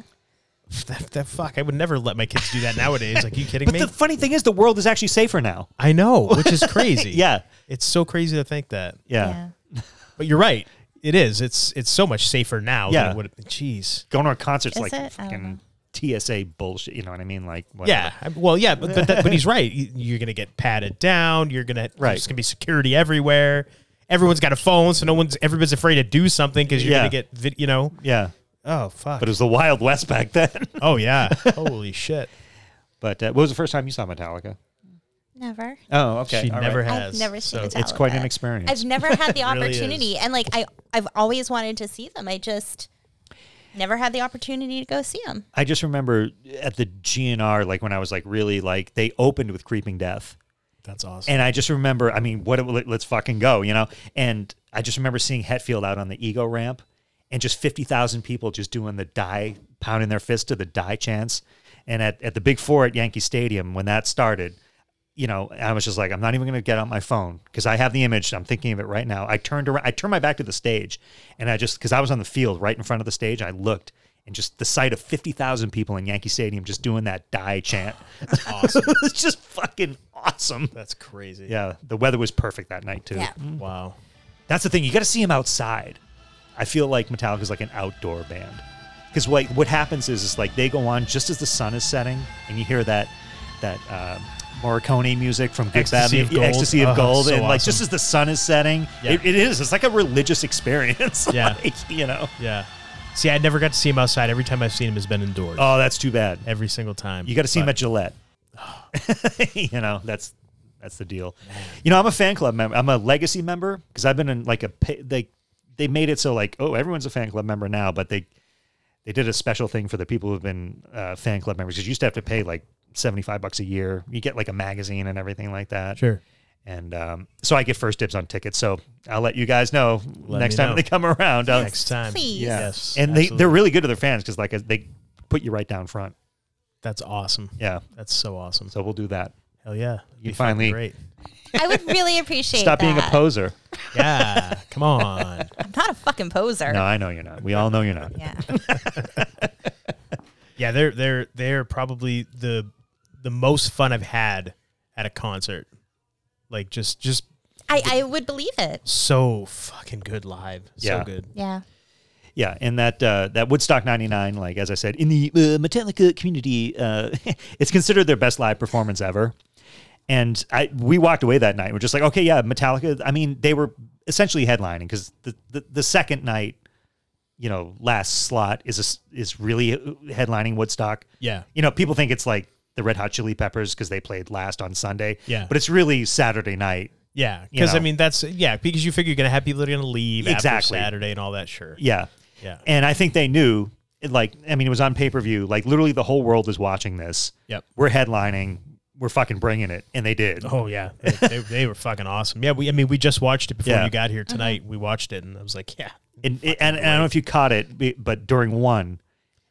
that, that fuck. I would never let my kids do that nowadays. Like, you kidding But me? the funny thing is, the world is actually safer now. I know, which is crazy. Yeah. It's so crazy to think that. Yeah. Yeah. But you're right. It is. It's it's so much safer now Yeah. than it would have been. Jeez. Going to a concert's Is like it? I don't fucking TSA bullshit. You know what I mean? Like, whatever. Yeah. I- Well, yeah, but but, that, but he's right. You- You're gonna get patted down. You're gonna Right. There's gonna be security everywhere. Everyone's got a phone, so no one's everybody's afraid to do something because you're Yeah. gonna get vid- you know. Yeah. Oh fuck. But it was the Wild West back then. oh yeah. Holy shit. but uh, what was the first time you saw Metallica? Never. Oh, okay. She All never right. has. I've never seen so- Metallica. It's quite an experience. I've never had the really is. opportunity, and like I, I've always wanted to see them. I just never had the opportunity to go see them. I just remember at the GNR, like when I was like really like they opened with Creeping Death, That's awesome. and I just remember, I mean, what? let- Let's fucking go, you know. And I just remember seeing Hetfield out on the ego ramp, and just fifty thousand people just doing the die, pounding their fist to the die chance. And at at the Big Four at Yankee Stadium when that started. You know, I was just like, I'm not even going to get out my phone because I have the image. I'm thinking of it right now. I turned around, I turned my back to the stage, and I just because I was on the field right in front of the stage, I looked, and just the sight of fifty thousand people in Yankee Stadium just doing that die chant. That's awesome. it's just fucking awesome. That's crazy. Yeah, the weather was perfect that night too. Yeah. Wow. That's the thing. You got to see him outside. I feel like Metallica's like an outdoor band because like what happens is is like they go on just as the sun is setting, and you hear that that uh, Morricone music from Good, Bad, Ecstasy and of the- Gold. Ecstasy of Oh, Gold, so and like awesome. just as the sun is setting, Yeah. it, it is. It's like a religious experience. Yeah. like, you know. Yeah. See, I never got to see him outside. Every time I've seen him has been indoors. Oh, that's too bad. Every single time. You got to see him at Gillette. you know, that's that's the deal. You know, I'm a fan club member. I'm a legacy member because I've been in like a pa- they they made it so like oh everyone's a fan club member now, but they they did a special thing for the people who've been uh, fan club members because you used to have to pay like seventy five bucks a year. You get like a magazine and everything like that. Sure. And um, so I get first dibs on tickets. So I'll let you guys know Let next me time know. they come around. I'll- next time. Please. Yeah. Yes. and they, they're absolutely. really good to their fans because like they put you right down front. That's awesome. Yeah. That's so awesome. So we'll do that. Hell yeah. It'd You be fucking finally- great. I would really appreciate. Stop being a that. poser. Yeah. Come on. I'm not a fucking poser. No, I know you're not. We all know you're not. Yeah. Yeah, they're they're they're probably the the most fun I've had at a concert. Like just just I, I would believe it. so fucking good live. So Yeah. good. Yeah. Yeah, and that uh, that Woodstock '99, like as I said, in the uh, Metallica community, uh, it's considered their best live performance ever. And I we walked away that night. We're just like, okay, yeah, Metallica. I mean, they were essentially headlining because the, the the second night, you know, last slot is a s is really uh, headlining Woodstock. Yeah. you know, people think it's like the Red Hot Chili Peppers because they played last on Sunday. Yeah. but it's really Saturday night. Yeah. You Because I know. mean that's yeah, because you figure you're gonna have people that are gonna leave Exactly. after Saturday and all that, sure. Yeah. Yeah. And I think they knew, it, like, I mean, it was on pay per view. Like, literally, the whole world is watching this. Yep. We're headlining. We're fucking bringing it, and they did. Oh yeah. They, they, they were fucking awesome. Yeah, we I mean we just watched it before Yeah. you got here Uh-huh. tonight. We watched it and I was like, Yeah. And, and, and I don't know if you caught it, b- but during one,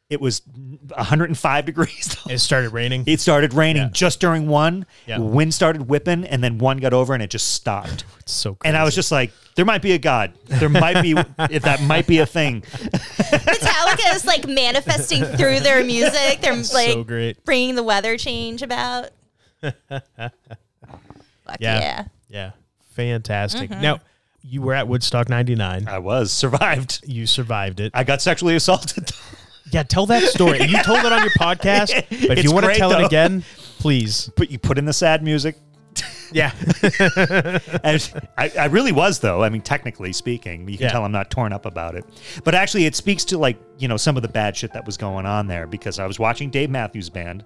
it was 105 degrees. It started raining. it started raining just during one. Yeah. Wind started whipping, and then one got over, and it just stopped. It's so crazy. And I was just like, there might be a god. There might be if that might be a thing. Metallica is like manifesting through their music. They're like great. bringing the weather change about. Fuck Yeah. yeah. Mm-hmm. Yeah. Fantastic. Now you were at Woodstock ninety nine. I was survived. You survived it. I got sexually assaulted. Yeah, tell that story. You told it on your podcast, but if It's you want to great, tell it though. again, please. But you put in the sad music. Yeah. And I, I really was though. I mean, technically speaking, you can Yeah. tell I'm not torn up about it. But actually, it speaks to like you know some of the bad shit that was going on there because I was watching Dave Matthews Band,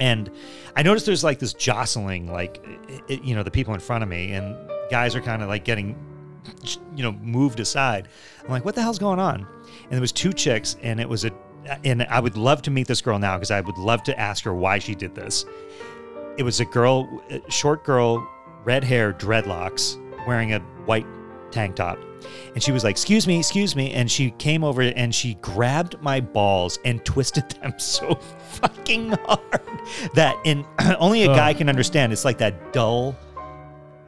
And I noticed there's like this jostling, like, i i you know, the people in front of me, and guys are kind of like getting, you know, moved aside. I'm like, what the hell's going on? And there was two chicks, and it was a, and I would love to meet this girl now because I would love to ask her why she did this. It was a girl, a short girl, red hair, dreadlocks, wearing a white tank top. And she was like, Excuse me, excuse me. And she came over and she grabbed my balls and twisted them so fucking hard that, and only a Ugh. guy can understand, it's like that dull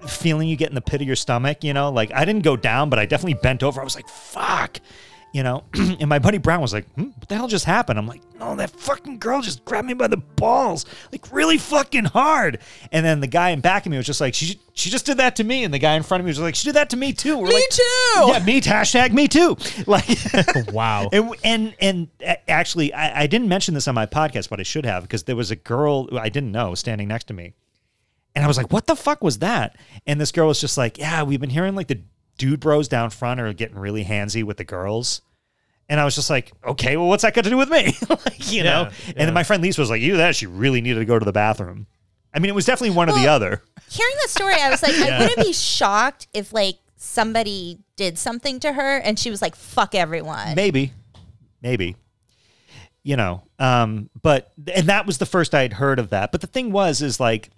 feeling you get in the pit of your stomach, you know? Like I didn't go down, but I definitely bent over. I was like, fuck. You know, and my buddy Brown was like, hmm, "What the hell just happened?" I'm like, "No, that fucking girl just grabbed me by the balls, like really fucking hard." And then the guy in back of me was just like, "She she just did that to me," and the guy in front of me was like, "She did that to me too." We're Me like, too. Yeah, me. Hashtag me too. Like, Wow. And and and a- actually, I, I didn't mention this on my podcast, but I should have because there was a girl who I didn't know standing next to me, and I was like, "What the fuck was that?" And this girl was just like, "Yeah, we've been hearing like the dude bros down front are getting really handsy with the girls." And I was just like, okay, well, what's that got to do with me? like, you know? Yeah, And then my friend Lisa was like, you that, she really needed to go to the bathroom. I mean, it was definitely one or the Well, other. Hearing that story, I was like, I wouldn't be shocked if like somebody did something to her and she was like, fuck everyone. maybe maybe you know um but and that was the first i had heard of that but the thing was is like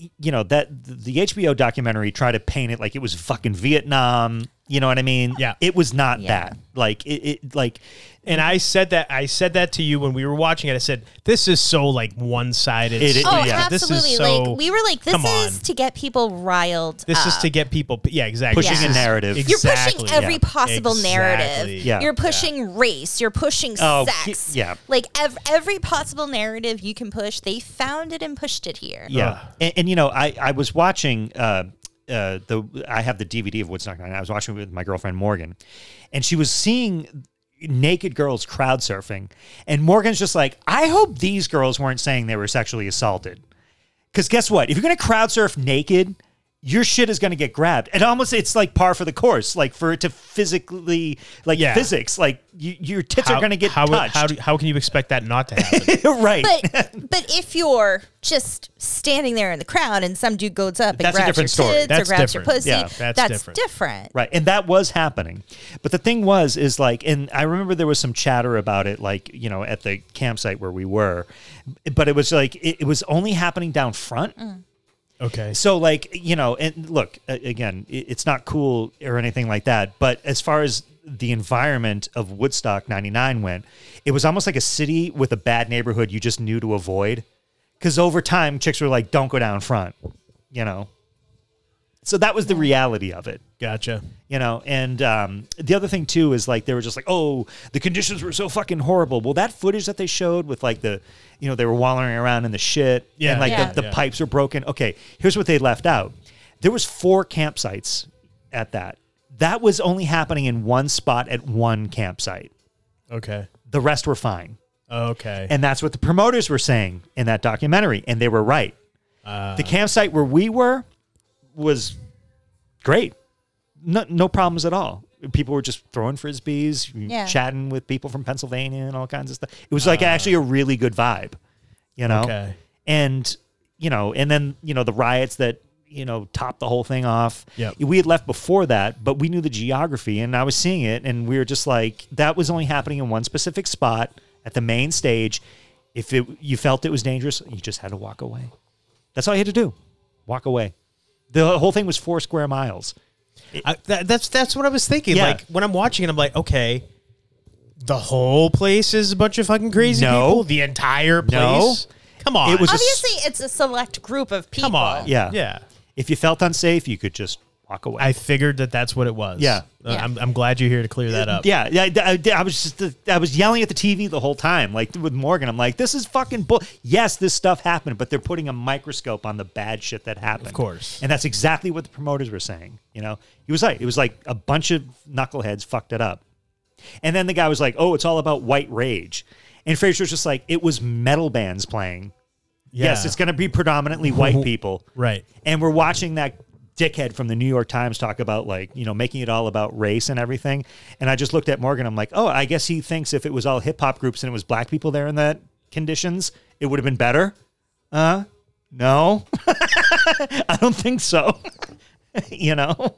y- you know that the hbo documentary tried to paint it like it was fucking vietnam you know what i mean Yeah. it was not Yeah. that like it, it like And I said that I said that to you when we were watching it. I said, "This is so like one-sided. It is- Oh, Yeah, this is absolutely. so- like we were like, this come on. is to get people riled. This is up. to get people. Yeah, exactly. Pushing This a is- narrative. You're Uh, You're exactly, pushing every yeah. possible Exactly. narrative. Yeah. You're pushing race. You're pushing Oh, he- sex. yeah. Like ev- every possible narrative you can push, they found it and pushed it here. Yeah, Ugh. and, and you know, I I was watching uh uh the I have the DVD of Woodstock Nine. I was watching it with my girlfriend Morgan, and she was seeing naked girls crowd surfing, and Morgan's just like, I hope these girls weren't saying they were sexually assaulted, because guess what? If you're gonna crowd surf naked. Your shit is going to get grabbed, and almost it's like par for the course. Like for it to physically, like Yeah. physics, like you, your tits How, are going to get how, touched. How, do- how can you expect that not to happen? right? But but if you're just standing there in the crowd and some dude goes up and That's a grabs different your story. tits That's or grabs your different. pussy, Yeah, that's different. Right. And that was happening. But the thing was, is like, and I remember there was some chatter about it, like, you know, at the campsite where we were, but it was like, it, it was only happening down front. okay. So, like, you know, and look, a- again, i- it's not cool or anything like that. But as far as the environment of Woodstock 99 went, it was almost like a city with a bad neighborhood you just knew to avoid. Cause over time, chicks were like, don't go down front, you know? So that was the reality of it Gotcha. you know and um, the other thing too is like they were just like oh the conditions were so fucking horrible well that footage that they showed with like the you know they were wallowing around in the shit Yeah. and like Yeah. the, the Yeah. pipes were broken okay here's what they left out there was four campsites at that that was only happening in one spot at one campsite Okay. the rest were fine Okay. and that's what the promoters were saying in that documentary, and they were right. Uh. the campsite where we were was great. No, no problems at all. People were just throwing frisbees, Yeah. chatting with people from Pennsylvania and all kinds of stuff. It was like actually a really good vibe, you know? Uh. Okay. And, you know, and then, you know, the riots that, you know, topped the whole thing off. Yep. We had left before that, but we knew the geography and I was seeing it and we were just like, that was only happening in one specific spot at the main stage. If it, you felt it was dangerous, you just had to walk away. That's all you had to do. Walk away. The whole thing was four square miles. I, that, that's that's what I was thinking. Yeah. Like when I'm watching it, I'm like, okay, the whole place is a bunch of fucking crazy No. people. The entire place. No. Come on. It was a s- Obviously, it's a select group of people. Come on. Yeah. Yeah. If you felt unsafe, you could just walk away. I figured that that's what it was. Yeah. Uh, Yeah. I'm, I'm glad you're here to clear that up. yeah, yeah, I, I- I was just I was yelling at the TV the whole time, like with Morgan. I'm like, this is fucking bull. Yes, this stuff happened, but they're putting a microscope on the bad shit that happened. Of course. and that's exactly what the promoters were saying. You know, he was like, it was like a bunch of knuckleheads fucked it up, and then the guy was like, oh, it's all about white rage, and Fraser was just like, it was metal bands playing. Yes, Yeah. it's going to be predominantly white people. Right. And we're watching that dickhead from the New York Times talk about like, you know, making it all about race and everything. And I just looked at Morgan. I'm like, oh, I guess he thinks if it was all hip hop groups and it was black people there in that conditions, it would have been better. Uh, no, I don't think so. you know,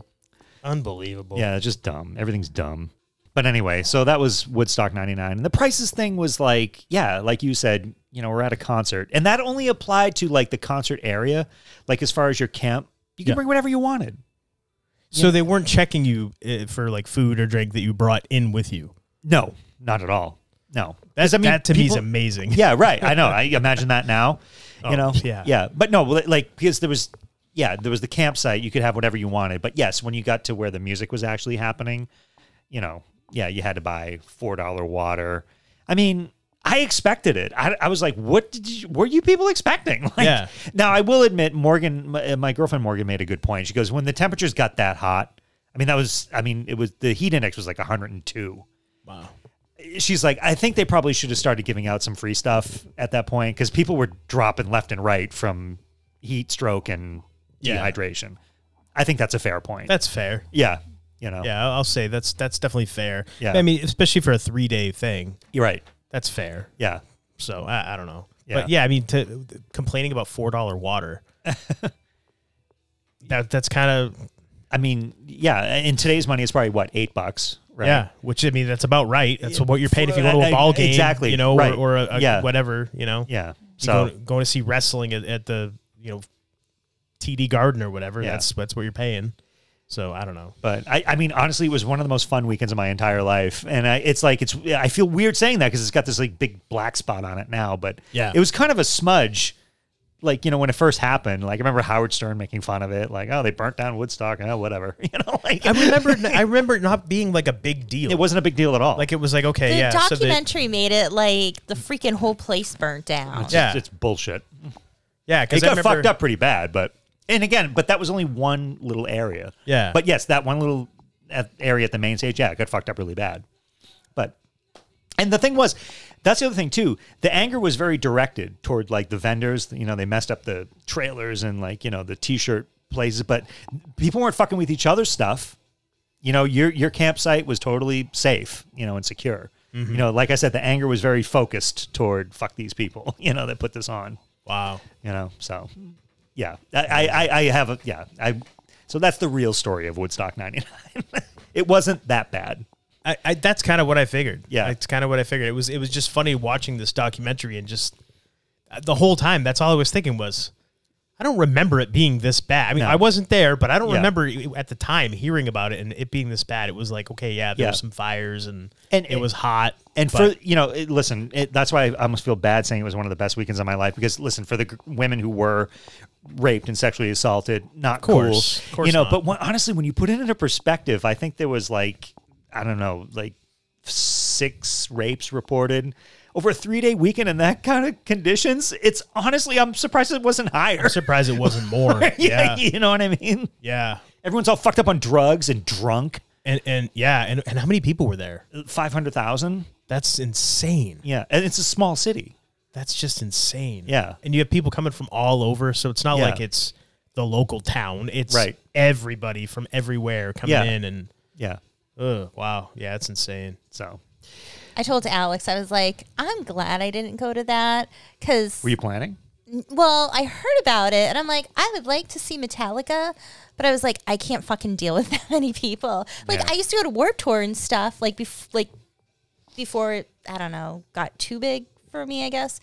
Unbelievable. yeah, it's just dumb. Everything's dumb. But anyway, so that was Woodstock 99. And the prices thing was like, yeah, like you said, you know, we're at a concert. And that only applied to like the concert area. Like as far as your camp, you can Yeah. bring whatever you wanted. So they weren't checking you uh, for like food or drink that you brought in with you. No, not at all. No. 'Cause, That, that to me is people- amazing. Yeah, right. I know. I imagine that now. you know. Oh, yeah. Yeah. But no, li- like because there was yeah, there was the campsite. You could have whatever you wanted. But yes, when you got to where the music was actually happening, you know, yeah, you had to buy four dollar water. I mean, I expected it. I, I was like, what did you, were you people expecting? Like, Yeah. Now I will admit, Morgan, my, my girlfriend Morgan made a good point. She goes, when the temperatures got that hot, I mean, that was, I mean, it was the heat index was like 102 Wow. she's like, I think they probably should have started giving out some free stuff at that point because people were dropping left and right from heat stroke and Yeah. dehydration. I think that's a fair point. That's fair. yeah, you know, Yeah, I'll I'll say that's that's definitely fair. Yeah. I mean, especially for a three day thing, you're right. that's fair. Yeah, So I, I don't know. But Yeah. yeah, I mean, to complaining about four dollar water. that that's kind of I mean, yeah. In today's money, it's probably what eight bucks, right? yeah. Which I mean, that's about right. That's what you're paid if you go to I- a ball game, exactly, You know, right. or, or a, a Yeah. whatever. You know, yeah. You So go, going to see wrestling at, at the you know TD Garden or whatever. Yeah. That's that's what you're paying. So I don't know. But I, I mean, honestly, it was one of the most fun weekends of my entire life, and I, it's like it's. I feel weird saying that because it's got this like big black spot on it now, but Yeah. it was kind of a smudge. Like you know, when it first happened, like I remember Howard Stern making fun of it, like oh they burnt down Woodstock, oh whatever, you know, like I remember it- I remember it not being like a big deal. it wasn't a big deal at all. like it was like okay, The yeah. so they- documentary made it like the freaking whole place burnt down. It's- yeah. it's bullshit. yeah, because It I got remember, fucked up pretty bad, but and again, but that was only one little area. Yeah. but yes, that one little at- area at the main stage, yeah, it got fucked up really bad. But and the thing was, that's the other thing too. The anger was very directed toward like the vendors. You know, they messed up the trailers and like you know the t-shirt places, but people weren't fucking with each other's stuff. You know, your your campsite was totally safe. You know, and secure. You know, like I said, the anger was very focused toward fuck these people. You know, that put this on Wow. you know so yeah i i, I- I have a yeah i so that's the real story of woodstock 99 it wasn't that bad I, I that's kind of what I figured. Yeah. that's kind of what I figured. It was it was just funny watching this documentary and just uh, the whole time. That's all I was thinking was, I don't remember it being this bad. I mean, No. I wasn't there, but I don't Yeah. remember it- at the time hearing about it and it being this bad. It was like okay, yeah, there Yeah. were some fires and And- it, was hot. and but- for you know it, listen it, that's why i almost feel bad saying it was one of the best weekends of my life because listen for the g- women who were raped and sexually assaulted not Course. cool Course you know not. but when, honestly when you put it into perspective i think there was like i don't know like six rapes reported over a three-day weekend in that kind of conditions it's honestly i'm surprised it wasn't higher I'm surprised it wasn't more. yeah, yeah, you know what I mean. yeah, Everyone's all fucked up on drugs and drunk. and and yeah, and, and how many people were there? Five hundred thousand. That's insane. Yeah, and it's a small city. That's just insane. Yeah. And you have people coming from all over. So it's not Yeah. like it's the local town. It's Right. everybody from everywhere coming Yeah. in and Yeah, ugh, wow. Yeah, that's insane. so I told Alex, I was like, I'm glad I didn't go to that because were you planning? well, I heard about it and I'm like, I would like to see Metallica, but I was like, I can't fucking deal with that many people. Like Yeah. I used to go to Warped Tour and stuff like bef- like before it, I don't know, got too big for me, I guess.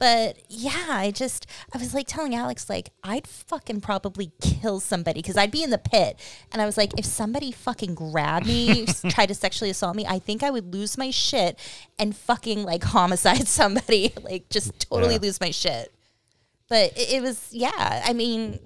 But yeah, I just I was like telling Alex like I'd fucking probably kill somebody cuz I'd be in the pit. And I was like if somebody fucking grabbed me, s- tried to sexually assault me, I think I would lose my shit and fucking like homicide somebody, like just totally Yeah. lose my shit but it, it was yeah i mean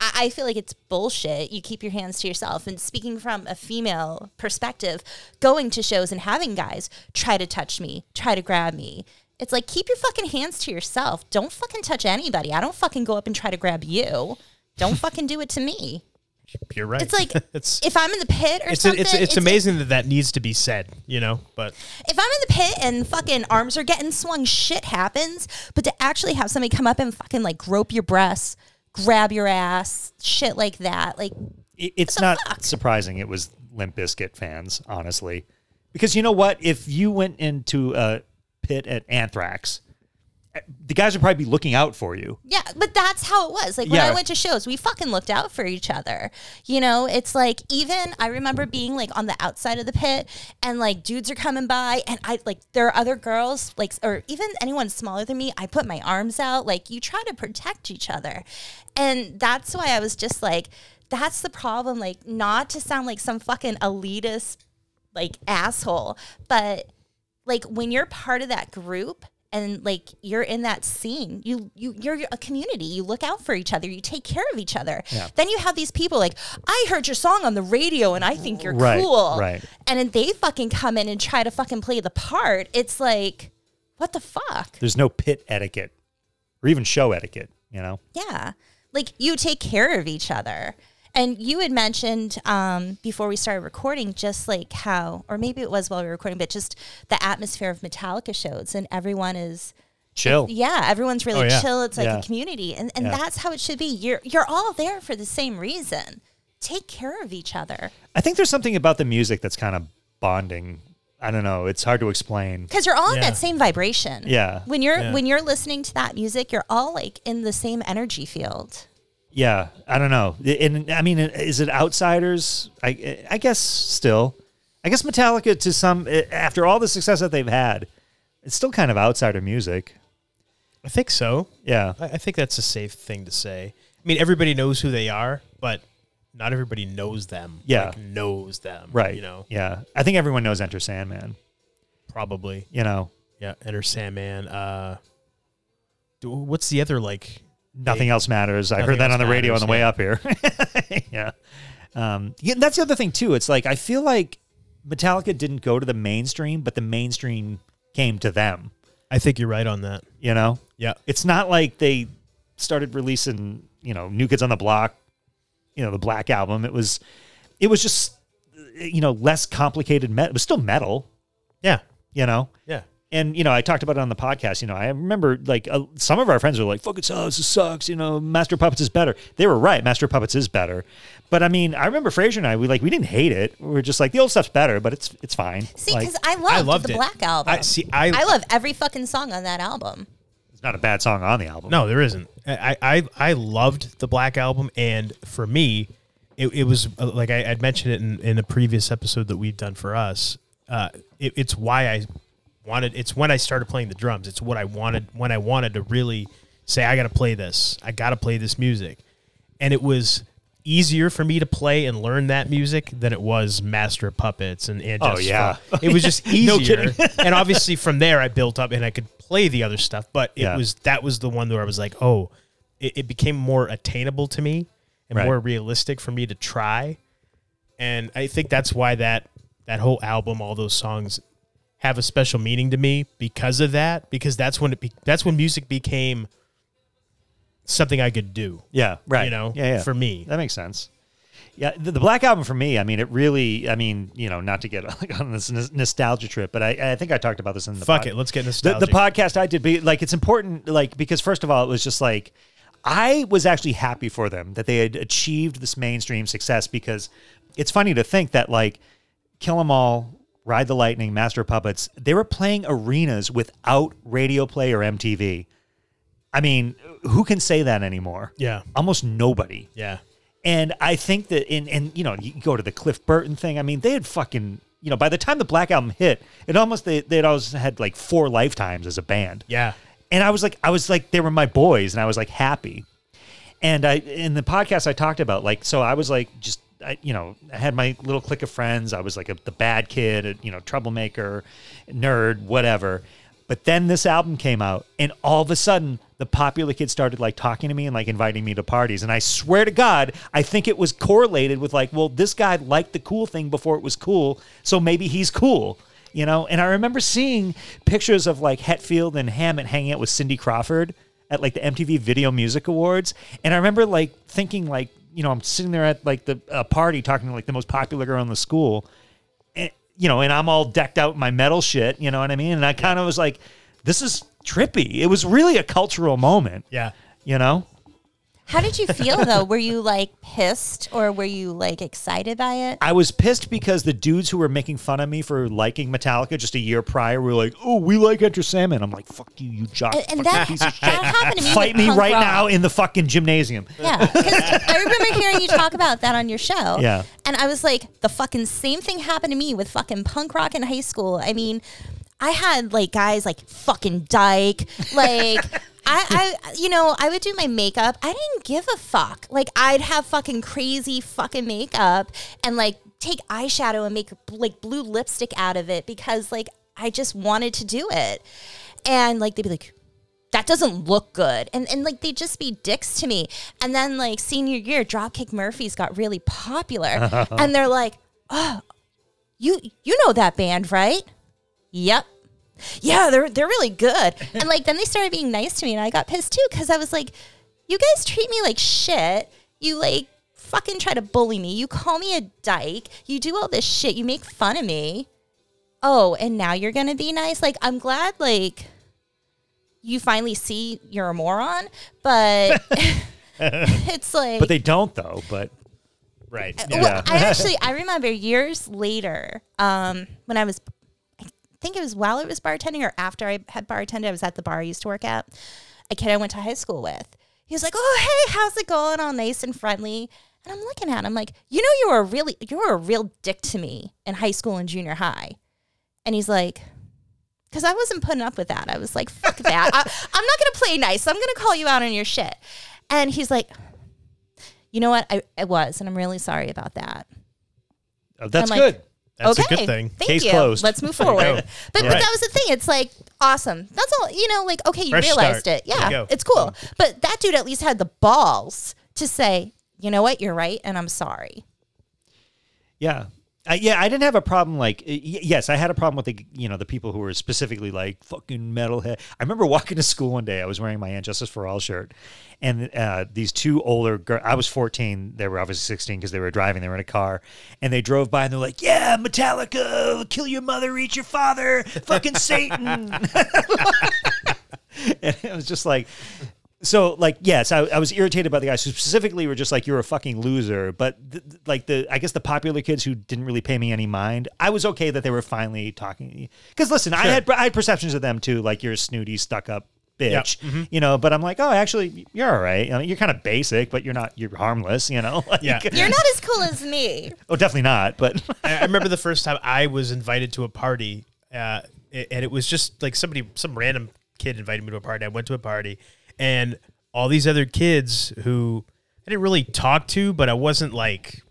I, I feel like it's bullshit you keep your hands to yourself and speaking from a female perspective going to shows and having guys try to touch me try to grab me it's like keep your fucking hands to yourself don't fucking touch anybody i don't fucking go up and try to grab you don't fucking do it to me You're right. it's like it's if i'm in the pit or it's, something it's, it's amazing that that needs to be said, you know, but if I'm in the pit and fucking arms are getting swung, shit happens. But to actually have somebody come up and fucking like grope your breasts, grab your ass, shit like that, like It, it's What not the fuck? surprising. It was Limp Bizkit fans, honestly, because you know what? If you went into a pit at Anthrax eh, the guys would probably be looking out for you. Yeah, but that's how it was. Like when Yeah. I went to shows, we fucking looked out for each other. You know, it's like even I remember being like on the outside of the pit and like dudes are coming by and I like there are other girls like or even anyone smaller than me, I put my arms out like you try to protect each other. And that's why I was just like that's the problem like not to sound like some fucking elitist like asshole, but like when you're part of that group and like you're in that scene you you you're a community you look out for each other you take care of each other then you have these people like i heard your song on the radio and i think you're Right, cool right. and then they fucking come in and try to fucking play the part it's like what the fuck There's no pit etiquette or even show etiquette, you know? yeah like you take care of each other and you had mentioned um, before we started recording just like how or maybe it was while we were recording but just the atmosphere of metallica shows and everyone is Chill. Yeah, everyone's really Oh, yeah. chill. It's like Yeah. a community, and, and Yeah. that's how it should be. You're you're all there for the same reason. Take care of each other I think there's something about the music that's kind of bonding. I don't know. It's hard to explain. because you're all in Yeah. that same vibration. Yeah. When you're Yeah. when you're listening to that music, you're all like in the same energy field. Yeah, I don't know. And I mean, is it outsiders? I I guess still. I guess Metallica to some eh, after all the success that they've had, it's still kind of outsider music. I think so. Yeah. I, I think that's a safe thing to say. I mean, everybody knows who they are, but not everybody knows them. Yeah. like, knows them. Right. You know, Yeah. I think everyone knows Enter Sandman, probably. you know. Yeah, Enter Sandman. Uh, do- what's the other like? Nothing else matters. I Nothing heard that Else on the radio Matters, on the way yeah. up here. yeah. Um, yeah, that's the other thing too. It's like I feel like Metallica didn't go to the mainstream, but the mainstream came to them, I think you're right on that. you know? Yeah, it's not like they started releasing you know new kids on the block you know the black album it was it was just you know less complicated metal it was still metal yeah, you know yeah. and you know i talked about it on the podcast you know i remember like uh, some of our friends were like fucking sucks this sucks you know master of puppets is better they were right master of puppets is better but i mean i remember Fraser and i we like we didn't hate it we were just like the old stuff's better but it's it's fine See, Like, because I loved, I loved the it. Black album. I see. I, I love every fucking song on that album. it's not a bad song on the album No, there isn't. I I, I loved the Black Album, and for me, it, it was uh, like I, I'd mentioned it in, in a previous episode that we've done for us. Uh, it, it's why I wanted. It's when I started playing the drums. It's what I wanted when I wanted to really say I got to play this. I got to play this music, and it was easier for me to play and learn that music than it was Master of Puppets and and Oh, Justice yeah. for All. it was just No easier. kidding. and obviously from there I built up and I could play the other stuff, but it Yeah. was that was the one where I was like, oh, it, it became more attainable to me and Right. more realistic for me to try. And I think that's why that that whole album, all those songs have a special meaning to me because of that, because that's when it be, that's when music became something I could do. Yeah, right. You know, yeah, yeah. for me. that makes sense. Yeah, the, the Black Album for me, I mean, it really, I mean, you know, not to get like, on this nos- nostalgia trip, but I, I think I talked about this in the Fuck pod- it, let's get the, nostalgic. the podcast I did. Be like, it's important, like, because first of all, it was just like I was actually happy for them that they had achieved this mainstream success because it's funny to think that like Kill 'Em All, Ride the Lightning, Master of Puppets, they were playing arenas without radio play or MTV. I mean, who can say that anymore? Yeah. almost nobody. yeah. And I think that in and you know, you go to the Cliff Burton thing. I mean, they had fucking you know, by the time the Black Album hit, it almost they they'd always had like four lifetimes as a band. Yeah. And I was like I was like they were my boys and I was like happy. And I in the podcast I talked about like so I was like just I, you know, I had my little clique of friends. I was like a, the bad kid, a, you know, troublemaker, nerd, whatever. But then this album came out, and all of a sudden, the popular kids started like talking to me and like inviting me to parties. And I swear to God, I think it was correlated with like, well, this guy liked the cool thing before it was cool, so maybe he's cool you know. And I remember seeing pictures of like Hetfield and Hammett hanging out with Cindy Crawford at like the MTV Video Music Awards, and I remember like thinking like, you know, I'm sitting there at like the a party talking to like the most popular girl in the school, and, you know, and I'm all decked out in my metal shit, you know what I mean? And I kind of was like, this is trippy. It was really a cultural moment, Yeah. you know. How did you feel though? Were you like pissed or were you like excited by it? I was pissed because the dudes who were making fun of me for liking Metallica just a year prior were like, "Oh, we like Enter Salmon." I'm like, "Fuck you, you jock!" And, and fucking that, piece of that happened to me. fight with me punk right rock. now in the fucking gymnasium. Yeah, because I remember hearing you talk about that on your show. Yeah. and I was like, the fucking same thing happened to me with fucking punk rock in high school. I mean, I had like guys like fucking Dyke, like. I, I, you know, I would do my makeup. I didn't give a fuck. Like, I'd have fucking crazy fucking makeup and like take eyeshadow and make like blue lipstick out of it because like I just wanted to do it. And like, they'd be like, that doesn't look good. And and like they just be dicks to me. And then like senior year, Dropkick Murphys got really popular. and they're like, Oh, you you know that band, right? Yep. Yeah, they're they're really good. and like then they started being nice to me and I got pissed too because I was like, You guys treat me like shit. You like fucking try to bully me. You call me a dyke. You do all this shit. You make fun of me. Oh, and now you're gonna be nice? Like I'm glad like you finally see you're a moron, but it's like But they don't though. But Uh, Right. yeah. well, I actually I remember years later um, when I was I think it was while I was bartending or after I had bartended I was at the bar I used to work at a kid I went to high school with he was like oh hey how's it going all nice and friendly and I'm looking at him like you know you were a really you were a real dick to me in high school and junior high and he's like because I wasn't putting up with that. I was like, fuck that. I, I'm not going to play nice. I'm going to call you out on your shit. And he's like, you know what? I, I was, and I'm really sorry about that. Oh, that's I'm like- good. That's okay, a good thing. Thank Case you. closed. Let's move go. forward. but, but Right. that was the thing. It's like awesome. That's all. You know, like okay, you Fresh realized start. it. There you Yeah, go. Mm. it's cool. But that dude at least had the balls to say, you know what? You're right, and I'm sorry. Yeah. I yeah, I didn't have a problem like y- yes, I had a problem with the you know the people who were specifically like fucking metalhead. I remember walking to school one day. I was wearing my "And Justice for All" shirt, and uh, these two older girls. I was fourteen. They were obviously sixteen because they were driving. They were in a car, and they drove by and they're like, "Yeah, Metallica, kill your mother, eat your father, fucking Satan." and it was just like, so like yes I, I was irritated by the guys who specifically were just like you're a fucking loser but th- th- like the i guess the popular kids who didn't really pay me any mind i was okay that they were finally talking because listen i had i had perceptions of them too like you're a snooty stuck up bitch Mm-hmm. you know but i'm like oh actually you're all right I mean, you're kind of basic but you're not you're harmless you know Like- Yeah. You're not as cool as me. oh definitely not but I I remember the first time I was invited to a party, uh, a- and it was just like somebody, some random kid invited me to a party. I went to a party, and all these other kids who I didn't really talk to, but I wasn't like,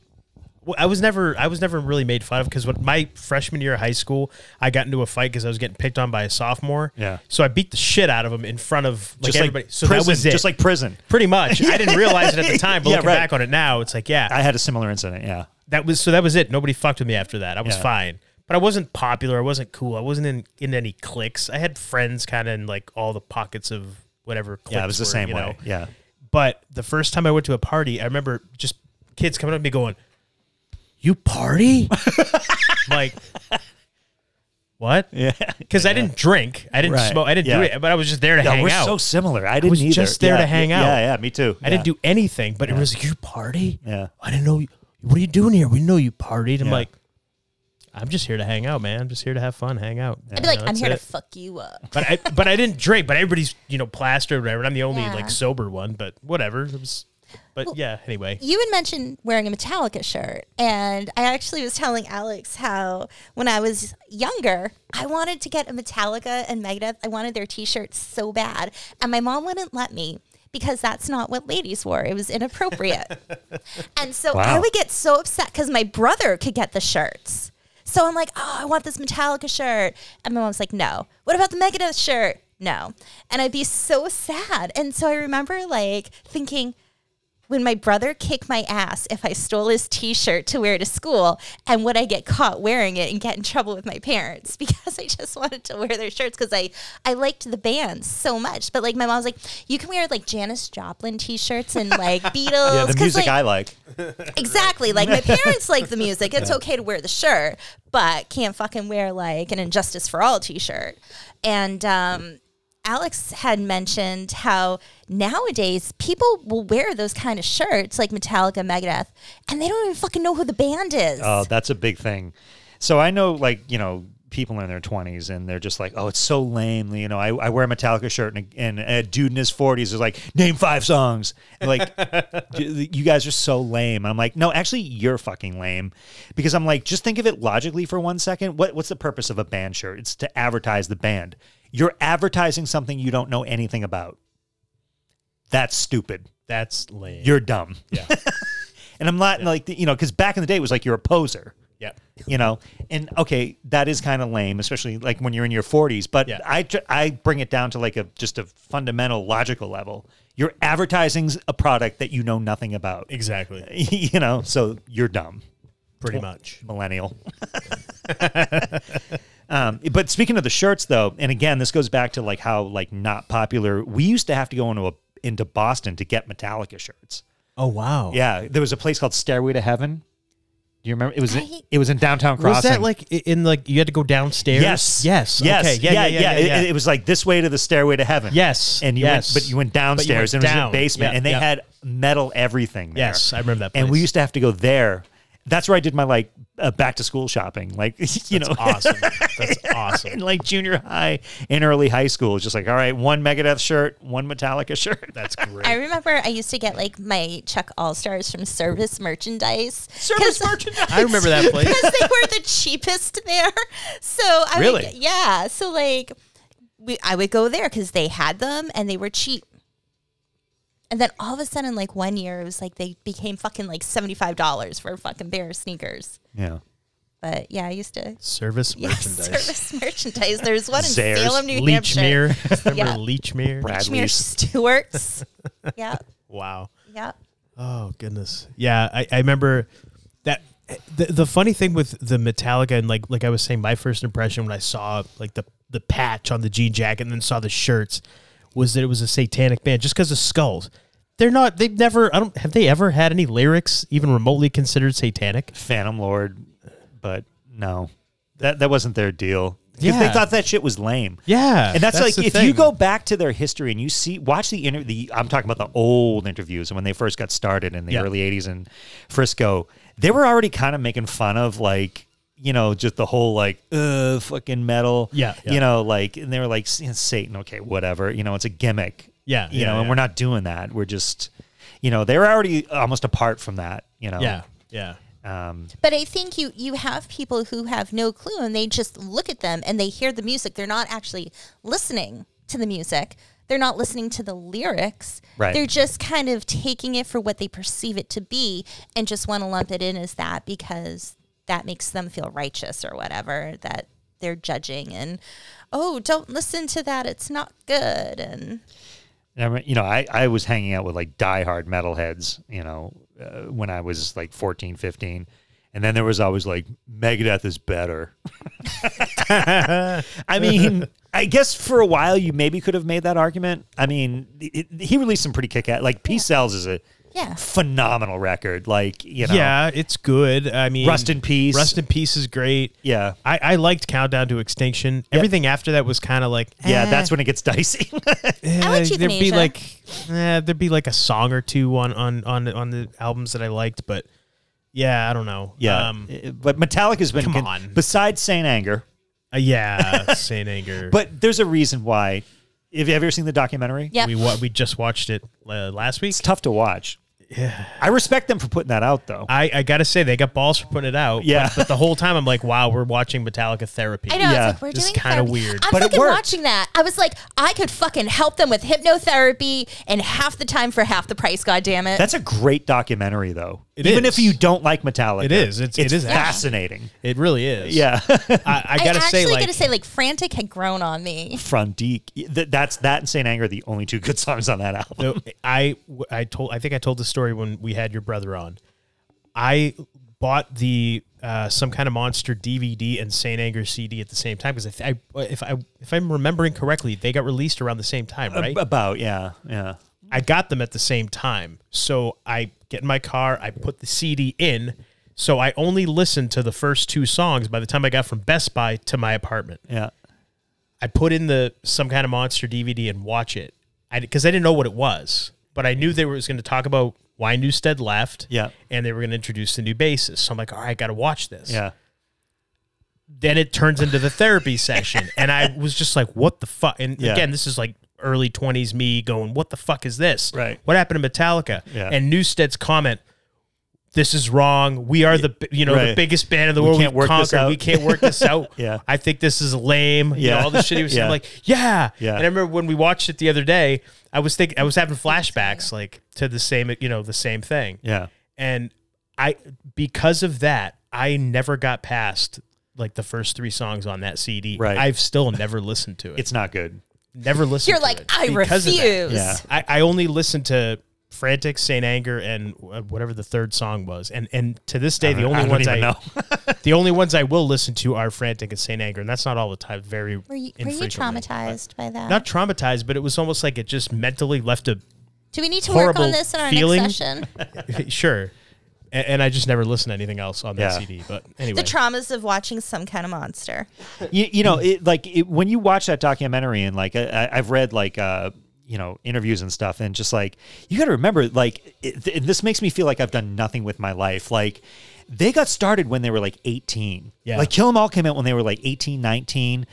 w- I was never, I was never really made fun of because when my freshman year of high school, I got into a fight because I was getting picked on by a sophomore. Yeah. so I beat the shit out of him in front of like just everybody. like so prison that was it. just like prison pretty much. I didn't realize it at the time, but Yeah, looking right. back on it now, it's like yeah, i had a similar incident yeah that was so that was it. Nobody fucked with me after that. I was Yeah. fine. But I wasn't popular. I wasn't cool. I wasn't in, in any cliques. I had friends kind of in like all the pockets of whatever cliques. yeah it was the were, same you way know. yeah But the first time I went to a party, I remember just kids coming up to me going, You party? I'm like, what? yeah Because I didn't drink. I didn't Right. smoke. I didn't do Yeah. it. But I was just there to yeah, hang we're out. so similar. I didn't was either. just there Yeah, to hang yeah, out. Yeah, yeah, me too. I didn't do anything, but it was like, you party? Yeah. I didn't know. You, what are you doing here? We know you partied. I'm Yeah. like, I'm just here to hang out, man. I'm just here to have fun, hang out. I'd be You know, like, I'm that's here to it. fuck you up. but I but I didn't drink. But everybody's you know plastered, or whatever. And I'm the only Yeah. like sober one. But whatever. It was, but yeah. Anyway, you had mentioned wearing a Metallica shirt, and I actually was telling Alex how when I was younger, I wanted to get a Metallica and Megadeth. I wanted their T-shirts so bad, and my mom wouldn't let me because that's not what ladies wore. It was inappropriate, and so I Wow. would get so upset because my brother could get the shirts. So I'm like, oh, I want this Metallica shirt, and my mom's like, no. What about the Megadeth shirt? No. And I'd be so sad. And so I remember like thinking, when my brother kicked my ass if I stole his T-shirt to wear to school, and would I get caught wearing it and get in trouble with my parents because I just wanted to wear their shirts because I I liked the band so much. But like my mom's like, you can wear like Janis Joplin T-shirts and like Beatles. Yeah, the 'cause, music like, I like. Exactly. Like my parents like the music. It's okay to wear the shirt, but can't fucking wear like an Injustice for All t shirt. And um Alex had mentioned how nowadays people will wear those kind of shirts like Metallica, Megadeth, and they don't even fucking know who the band is. Oh, that's a big thing. So I know, like, you know, people in their 20s and they're just like, oh, it's so lame. You know, I, I wear a Metallica shirt and a, and a dude in his 40s is like, name five songs. And like, "D- you guys are so lame. I'm like, no, actually, you're fucking lame. Because I'm like, just think of it logically for one second. What What's the purpose of a band shirt? It's to advertise the band. You're advertising something you don't know anything about. That's stupid That's lame. you're dumb. Yeah. and I'm not like, you know, because back in the day it was like you're a poser. yeah. You know, and okay, that is kind of lame, especially like when you're in your 40s. But Yeah. I tr- I bring it down to like a just a fundamental logical level. You're advertising s- a product that you know nothing about. Exactly. you know, so you're dumb, Pretty much. millennial. um, but speaking of the shirts, though, and again, this goes back to like how like not popular. We used to have to go into a into Boston to get Metallica shirts. Oh wow. Yeah, there was a place called Stairway to Heaven. Do you remember? It was I- it was in downtown Crossing. Was that like i- in like you had to go downstairs? yes, Yes. yes, Okay. yeah, yeah, It- yeah. It, was like this way to the Stairway to Heaven. Yes, and you yes. went, but you went But you went downstairs and it was down. in the basement, Yeah, and they yeah. had metal everything. There. Yes, I remember that And we place. used to have to go there. That's where I did my like uh, back to school shopping. Like you know, That's awesome. That's awesome. in like junior high and early high school, it's just like all right, one Megadeth shirt, one Metallica shirt. That's great. I remember I used to get like my Chuck All Stars from Service Merchandise. Service 'Cause- merchandise. I remember that place. because they were the cheapest there. So I Really? would, yeah. So like, we I would go there because they had them and they were cheap. And then all of a sudden, like one year, it was like they became fucking like seventy five dollars for a fucking pair of sneakers. Yeah. But yeah, I used to. Service Yeah, merchandise. service merchandise. There's one in Zaire's, Salem, New Hampshire. Leechmere. Yeah. Remember Leechmere? Leachmere Bradley's. Stewart's. yeah, Wow. yeah. Oh goodness. Yeah, I, I remember that. The, the funny thing with the Metallica and like like I was saying, my first impression when I saw like the the patch on the jean jacket and then saw the shirts was that it was a satanic band just because of skulls. They're not. They've never. I don't. Have they ever had any lyrics even remotely considered satanic? Phantom Lord, but no, that that wasn't their deal. 'Cause Yeah. they thought that shit was lame. Yeah, and that's, that's like the if you thing. go back to their history and you see watch the inter the I'm talking about the old interviews and when they first got started in the Yeah. early '80s in Frisco, they were already kind of making fun of like. You know, just the whole like, uh, fucking metal. Yeah, yeah. You know, like, and they were like, "S- Satan, okay, whatever. You know, it's a gimmick. Yeah, You yeah, know, and yeah. we're not doing that. We're just, you know, they were already almost apart from that, you know? Yeah, yeah, Um, But I think you you have people who have no clue and they just look at them and they hear the music. They're not actually listening to the music. They're not listening to the lyrics. Right. They're just kind of taking it for what they perceive it to be and just want to lump it in as that because that makes them feel righteous or whatever that they're judging and oh, don't listen to that. It's not good and And I re- you know, I, I was hanging out with like diehard metalheads, you know, uh, when I was like 14, 15. And then there was always like, Megadeth is better. I mean, I guess for a while you maybe could have made that argument. I mean, it, it- he released some pretty kick ass, like Peace Cells is a Yeah. phenomenal record. Like, you know, yeah. It's good. I mean, Rust in Peace. Rust in peace is great. Yeah. I, I liked Countdown to Extinction. Everything after that was kind of like Yeah, eh. that's when it gets dicey. I like Uh, Euthanasia. there'd be like eh, there'd be like a song or two on on on on the albums that I liked, but yeah, I don't know. Um, yeah. Uh, but Metallica's been, come con- on. besides Saint Anger, uh, yeah, Saint Anger. but there's a reason why. Have you ever seen the documentary? yeah. we wa- we just watched it uh, last week. it's tough to watch. Yeah. I respect them for putting that out though. I, I gotta say they got balls for putting it out. but- Yeah. but, the whole time I'm like, wow, we're watching Metallica therapy. I know. Yeah, it's like, we're just doing kinda therapy. weird. I'm But it fucking worked. watching that. I was like, I could fucking help them with hypnotherapy and half the time for half the price. God damn it. That's a great documentary though. It Even is. if you don't like Metallica. It is. It's- it it's is actually. fascinating. It really is. Yeah. I, I I gotta actually say, like, gotta say, like, frantic had grown on me. From Deek. Th- That's that and Saint Anger are the only two good songs on that album. So I I told I think I told the story when we had your brother on. I bought the uh, some kind of monster DVD and Saint Anger CD at the same time because I, I if I if I'm remembering correctly, they got released around the same time, right? About, yeah. Yeah. I got them at the same time. So I get in my car, I put the CD in. So I only listened to the first two songs by the time I got from Best Buy to my apartment. Yeah. I put in the some kind of monster DVD and watch it. I because I didn't know what it was, but I knew they were was going to talk about why Newstead left. Yeah. and they were going to introduce the new bassist. So I'm like, all right, got to watch this. Yeah. Then it turns into the therapy session, and I was just like, what the fuck? And Yeah. again, this is like early 20s me going, what the fuck is this? Right. What happened to Metallica? Yeah. And Newstead's comment. This is wrong. We are the bi- you know the Right. biggest band in the world. can't We've work this conquered. out. We can't work this out. Yeah. I think this is lame. You know, Yeah. all the shit he was saying. Yeah. I'm like, yeah. Yeah. And I remember when we watched it the other day, I was thinking, I was having flashbacks like to the same, you know, the same thing. Yeah. And I, because of that, I never got past like the first three songs on that CD. Right. I've still never listened to it. It's not good. never listened You're to like, it I because of that. refuse. Yeah. I, I only listened to Frantic, Saint Anger, and uh, whatever the third song was. And and to this day, the only I don't ones even I know. the only ones I will listen to are Frantic and Saint Anger, and that's not all the time. Very Were you, were you infrequently. traumatized by that? Not traumatized, but it was almost like it just mentally left a Do we need to work on horrible this in our feeling. next session? sure. A- And, I just never listened to anything else on that Yeah. CD. But anyway, the traumas of watching some kind of monster. you, you know, it, like it, when you watch that documentary and like I, I- I've read like uh, you know interviews and stuff, and just like you got to remember, like it, th- this makes me feel like I've done nothing with my life. Like they got started when they were like 18. Yeah. Like Kill 'Em All came out when they were like 18, 19.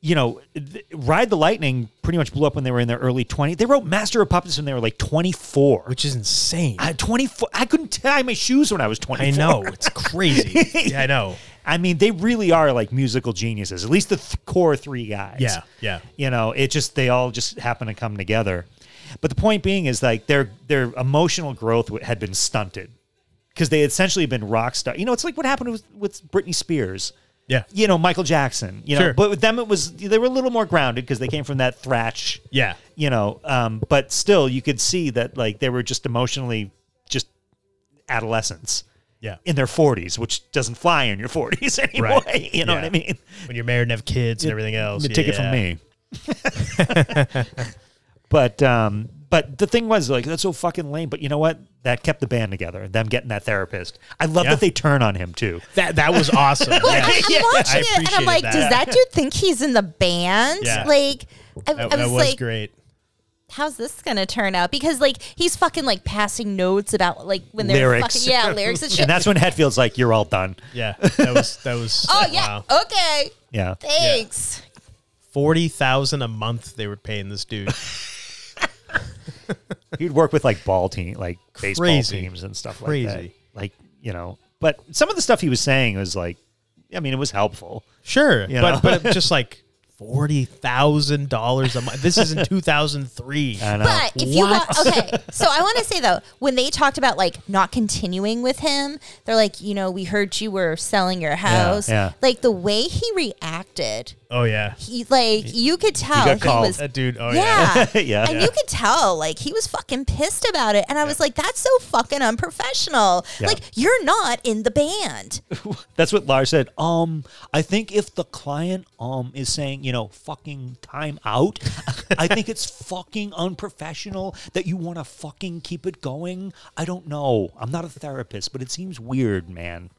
You know, th- Ride the Lightning pretty much blew up when they were in their early 20s. They wrote Master of Puppets when they were like 24. which is insane. I, I, 24 I couldn't tie my shoes when I was 24. know it's crazy. yeah, I know. I mean, they really are like musical geniuses. At least the th- core three guys. Yeah, yeah. You know, it just they all just happen to come together. But the point being is like their their emotional growth w- had been stunted because they had essentially been rock star. You know, it's like what happened with with Britney Spears. Yeah, You know, Michael Jackson. You know, Sure. but with them it was they were a little more grounded because they came from that thrash. yeah. You know, um, but still you could see that like they were just emotionally just adolescents Yeah. in their 40s, which doesn't fly in your 40s anyway. You know what Yeah. I mean? When you're married and have kids and everything else, Take it yeah. from me. but um, but the thing was like that's so fucking lame. But you know what? That kept the band together. Them getting that therapist. I love Yeah. that they turn on him too. That that was awesome. yeah. I, am watching it and appreciated I'm like, that. does that dude think he's in the band? Yeah. Like, I, That, I that was, was like, great. how's this gonna turn out? Because like he's fucking like passing notes about like when they're Lyrics. fucking yeah lyrics and shit. And that's when Hetfield's like, "You're all done." Yeah, that was that was. oh yeah, wow. okay, Yeah. thanks. forty thousand a month they were paying this dude. He'd work with like ball team, like baseball Crazy. teams and stuff like that. Crazy. Like you know, but some of the stuff he was saying was like, I mean, it was helpful. Sure, You know? but but just like forty thousand dollars a month. This is in two thousand three. I know. But if you want, okay, so I want to say though, when they talked about like not continuing with him, they're like, you know, we heard you were selling your house. yeah. Like the way he reacted, Oh yeah, he like you could tell he, called. was that dude. Oh yeah. yeah. Yeah. And Yeah. you could tell, like, he was fucking pissed about it. And I was like, that's so fucking unprofessional. Yeah. Like, you're not in the band. That's what Lars said. Um, I think if the client um is saying, you know, fucking time out, I think it's fucking unprofessional that you want to fucking keep it going. I don't know. I'm not a therapist, but it seems weird, man.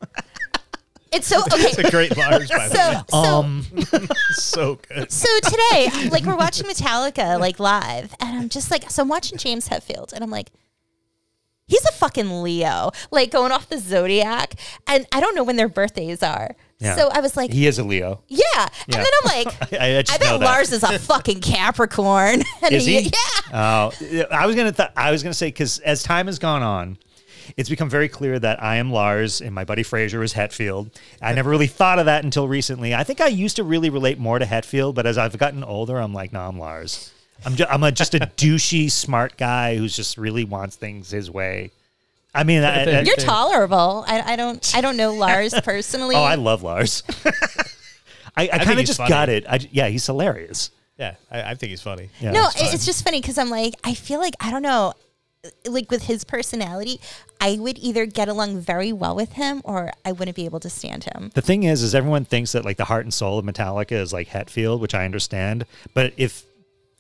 It's so, okay. The great liars, by the way, So, so, so good. so today, like, we're watching Metallica, like, live. And I'm just like, so I'm watching James Hetfield, and I'm like, he's a fucking Leo, like, going off the zodiac. And I don't know when their birthdays are. Yeah. So I was like, He is a Leo. yeah. And then I'm like, I, I, just I know bet that. Lars is a fucking Capricorn. And Is he? Yeah. Oh, I was gonna. Th- I was gonna say because as time has gone on, it's become very clear that I am Lars and my buddy Fraser is Hetfield. I never really thought of that until recently. I think I used to really relate more to Hetfield, but as I've gotten older, I'm like, no, I'm Lars. I'm just, I'm a, just a douchey smart guy who's just really wants things his way. I mean, I, I- You're tolerable. I, I don't I don't know Lars personally. oh, I love Lars. I, I, kind of he's just funny. got it. I, j- yeah, he's hilarious. Yeah, I, I think he's funny. Yeah, no, it's it- it's just funny because I'm like I feel like I don't know, like with his personality, I would either get along very well with him or I wouldn't be able to stand him. The thing is, is everyone thinks that like the heart and soul of Metallica is like Hetfield, which I understand. But if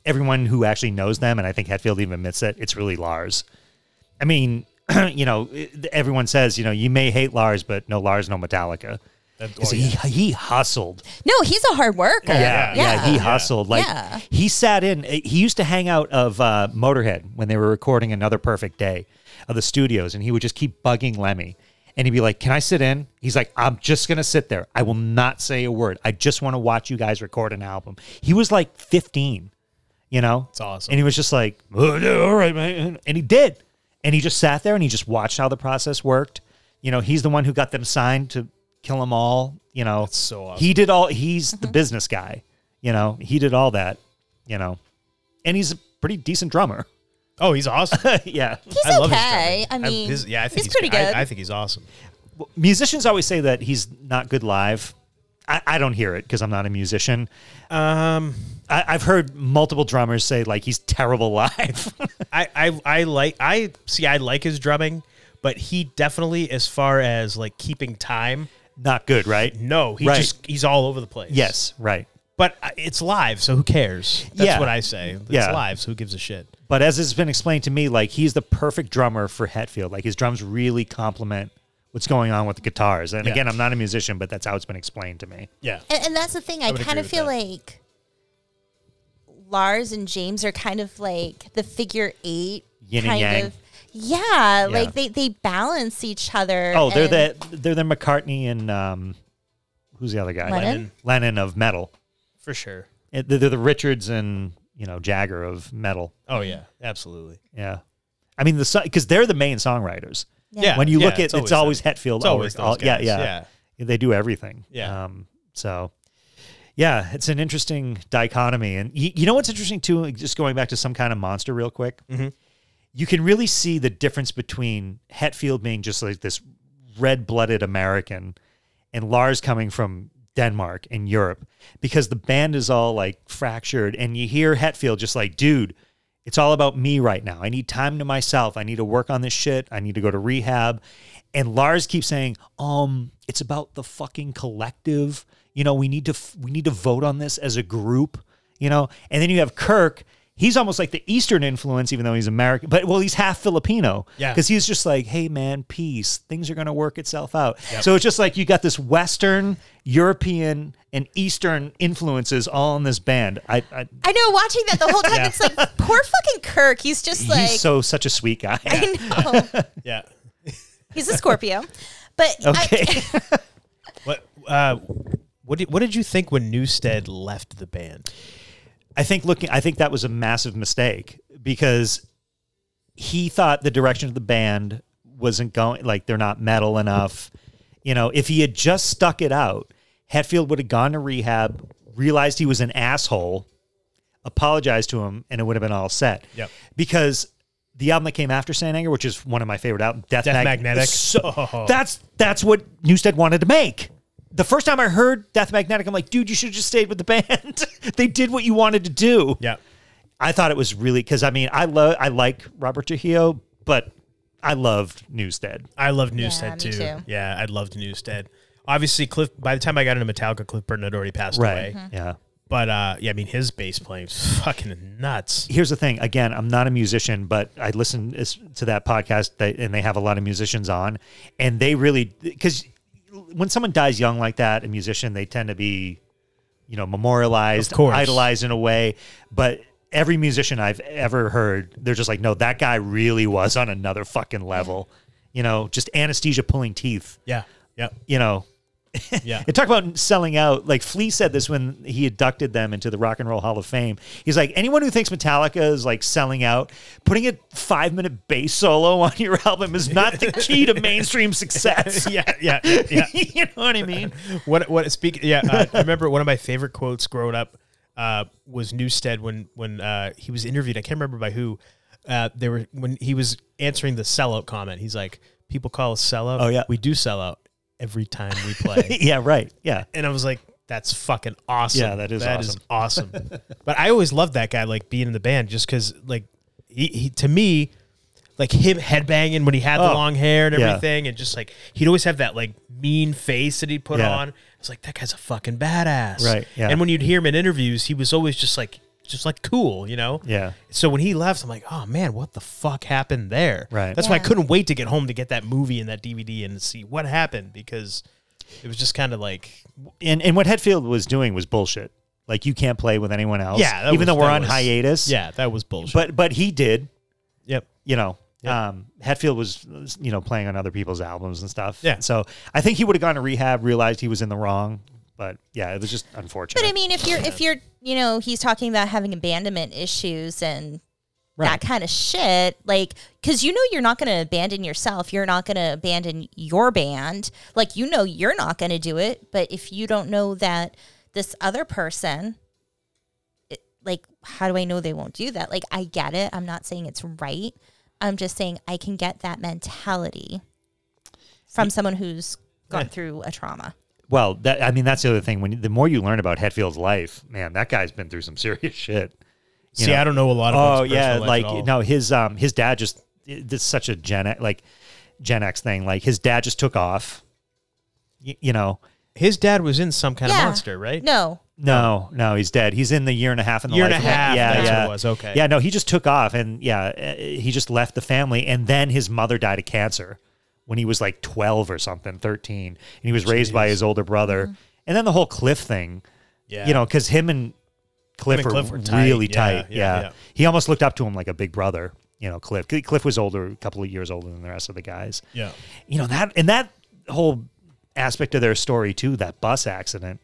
everyone who actually knows them, and I think Hetfield even admits it, it's really Lars. I mean, you know, everyone says, you know, you may hate Lars, but no Lars, no Metallica. That- oh, 'Cause he, yeah. he hustled. No, he's a hard worker. yeah, yeah, he hustled. Like Yeah. he sat in. eh, He used to hang out of uh, Motorhead when they were recording another Perfect Day of the studios, and he would just keep bugging Lemmy, and he'd be like, "Can I sit in?" He's like, "I'm just gonna sit there. I will not say a word. I just want to watch you guys record an album." He was like 15, you know. It's awesome. And he was just like, "Oh, yeah, "All right, man," and he did, and he just sat there and he just watched how the process worked. You know, he's the one who got them signed to Kill 'Em All. You know, so awesome. Mm-hmm. he did all he's the business guy you know he did all that you know and he's a pretty decent drummer Oh, he's awesome. yeah He's I love his okay. I drumming. mean, his- yeah, I think he's, pretty I- good. I, think he's awesome. musicians always say that he's not good live i, I don't hear it because i'm not a musician Um, I, i've heard multiple drummers say like he's terrible live I, I, I like, I see, I like his drumming, but he definitely, as far as like keeping time, not good right no, he Right. just, he's all over the place. yes right But uh, it's live, so who cares? That's Yeah. what I say. It's Yeah. live, so who gives a shit? but as it's been explained to me like he's the perfect drummer for hetfield like his drums really complement what's going on with the guitars and Yeah. again i'm not a musician but that's how it's been explained to me Yeah. and, and that's the thing. I, would kind agree of with feel that. like Lars and James are kind of like the figure eight Yin and kind yang. of. Yeah, like they, they balance each other. Oh, they're and- the they're the McCartney and um, who's the other guy? Lennon? Lennon. Lennon of metal. For sure. It- They're the Richards and you know Jagger of metal. Oh, yeah. Absolutely. Yeah, I mean the because they're the main songwriters. Yeah, when you yeah, look at it's it's always always, Hetfield. It's always all- those yeah, guys, yeah, They do everything. Yeah. Um, so. Yeah, it's an interesting dichotomy, and you, you know what's interesting too. Just going back to some kind of monster real quick, you can really see the difference between Hetfield being just like this red-blooded American and Lars coming from Denmark and Europe because the band is all like fractured and you hear Hetfield just like dude it's all about me right now I need time to myself I need to work on this shit I need to go to rehab and Lars keeps saying um it's about the fucking collective you know we need to f- we need to vote on this as a group you know and then you have Kirk he's almost like the eastern influence even though he's American but well he's half Filipino Yeah. cuz he's just like, hey man, peace. Things are gonna work itself out. So it's just like you got this Western, European, and Eastern influences all in this band. I, I I know, watching that the whole time, it's like, poor fucking Kirk. He's just like, he's so such a sweet guy. I know. Yeah. He's a Scorpio. But I- Okay. What, uh, what did, what did you think when Newstead left the band? I think looking I think that was a massive mistake because he thought the direction of the band wasn't going like they're not metal enough. You know, if he had just stuck it out, Hetfield would have gone to rehab, realized he was an asshole, apologized to him, and it would have been all set. Yep. Because the album that came after Saint Anger, which is one of my favorite albums, Death, Death Mag- Magnetic. is So, Oh. That's that's what Newstead wanted to make. The first time I heard Death Magnetic, I'm like, dude, you should have just stayed with the band. they did what you wanted to do. Yeah. I thought it was really because I mean I love I like Robert Trujillo, but I loved Newstead. I loved Newstead me too. too. Yeah, I loved Newstead. Obviously, Cliff. By the time I got into Metallica, Cliff Burton had already passed Mm-hmm. away. Yeah. But uh, yeah, I mean, his bass playing is fucking nuts. Here's the thing. Again, I'm not a musician, but I listen is- to that podcast that, and they have a lot of musicians on, and they really because when someone dies young like that, a musician, they tend to be, you know, memorialized, Of course. idolized in a way. But every musician I've ever heard, they're just like, no, that guy really was on another fucking level. You know, just anesthesia pulling teeth. Yeah. Yep. You know, Yeah. It talked about selling out. Like Flea said this when he inducted them into the Rock and Roll Hall of Fame. He's like, anyone who thinks Metallica is like selling out, putting a five minute bass solo on your album is not the key to mainstream success. yeah. Yeah. Yeah. yeah. you know what I mean? What? What? Speak. Yeah. Uh, I remember one of my favorite quotes growing up uh, was Newstead when when uh, he was interviewed. I can't remember by who. Uh, they were when he was answering the sellout comment. He's like, "People call us sellout. Oh, yeah. we do sell out every time we play." Yeah, right. Yeah. and I was like, "That's fucking awesome." Yeah, that is awesome. but I always loved that guy, like being in the band, just because, like, he, he to me, like him headbanging when he had the Oh, long hair and yeah. everything, and just like he'd always have that like mean face that he'd put Yeah. on. It's like that guy's a fucking badass, Right, yeah. And when you'd hear him in interviews, he was always just like, just like cool, you know. Yeah. So when he left, I'm like, oh man, what the fuck happened there? Right. That's why I Yeah. couldn't wait to get home to get that movie and that DVD and see what happened because It was just kind of like and and what Hetfield was doing was bullshit. Like you can't play with anyone else. Yeah, that even was- though we're that on was- hiatus. yeah, that was bullshit. but but he did. yep, You know, Yeah. um, Hetfield was you know playing on other people's albums and stuff. Yeah. So I think he would have gone to rehab, realized he was in the wrong. But yeah, it was just unfortunate. But I mean, if you're if you're you know, he's talking about having abandonment issues and Right. that kind of shit, like because you know you're not going to abandon yourself, you're not going to abandon your band, like you know you're not going to do it. But if you don't know that this other person, it, like, how do I know they won't do that? Like, I get it. I'm not saying it's right. I'm just saying I can get that mentality from someone who's gone through a trauma. well, that I mean that's the other thing. When you, the more you learn about Hetfield's life, man, that guy's been through some serious shit. see, I don't know a lot about. Oh his yeah, personal life like at all. no, his um his dad just this is such a Gen X, like Gen X thing. Like his dad just took off. Y- you know, his dad was in some kind Yeah. of monster, right? No, no, no, he's dead. He's in the year and a half in the Year and life. a half, Yeah, that's what yeah, it was, okay. Yeah, no, he just took off, and yeah, uh, he just left the family, and then his mother died of cancer when he was like twelve or something, thirteen, and he was raised by his older brother, and then the whole Cliff thing. Yeah. you know, because him and Cliff, and were, Cliff were tight. really Yeah, tight. yeah, Yeah, yeah. he almost looked up to him like a big brother. You know, Cliff. C- Cliff was older, a couple of years older than the rest of the guys. Yeah. You know that, and that whole aspect of their story too. That bus accident.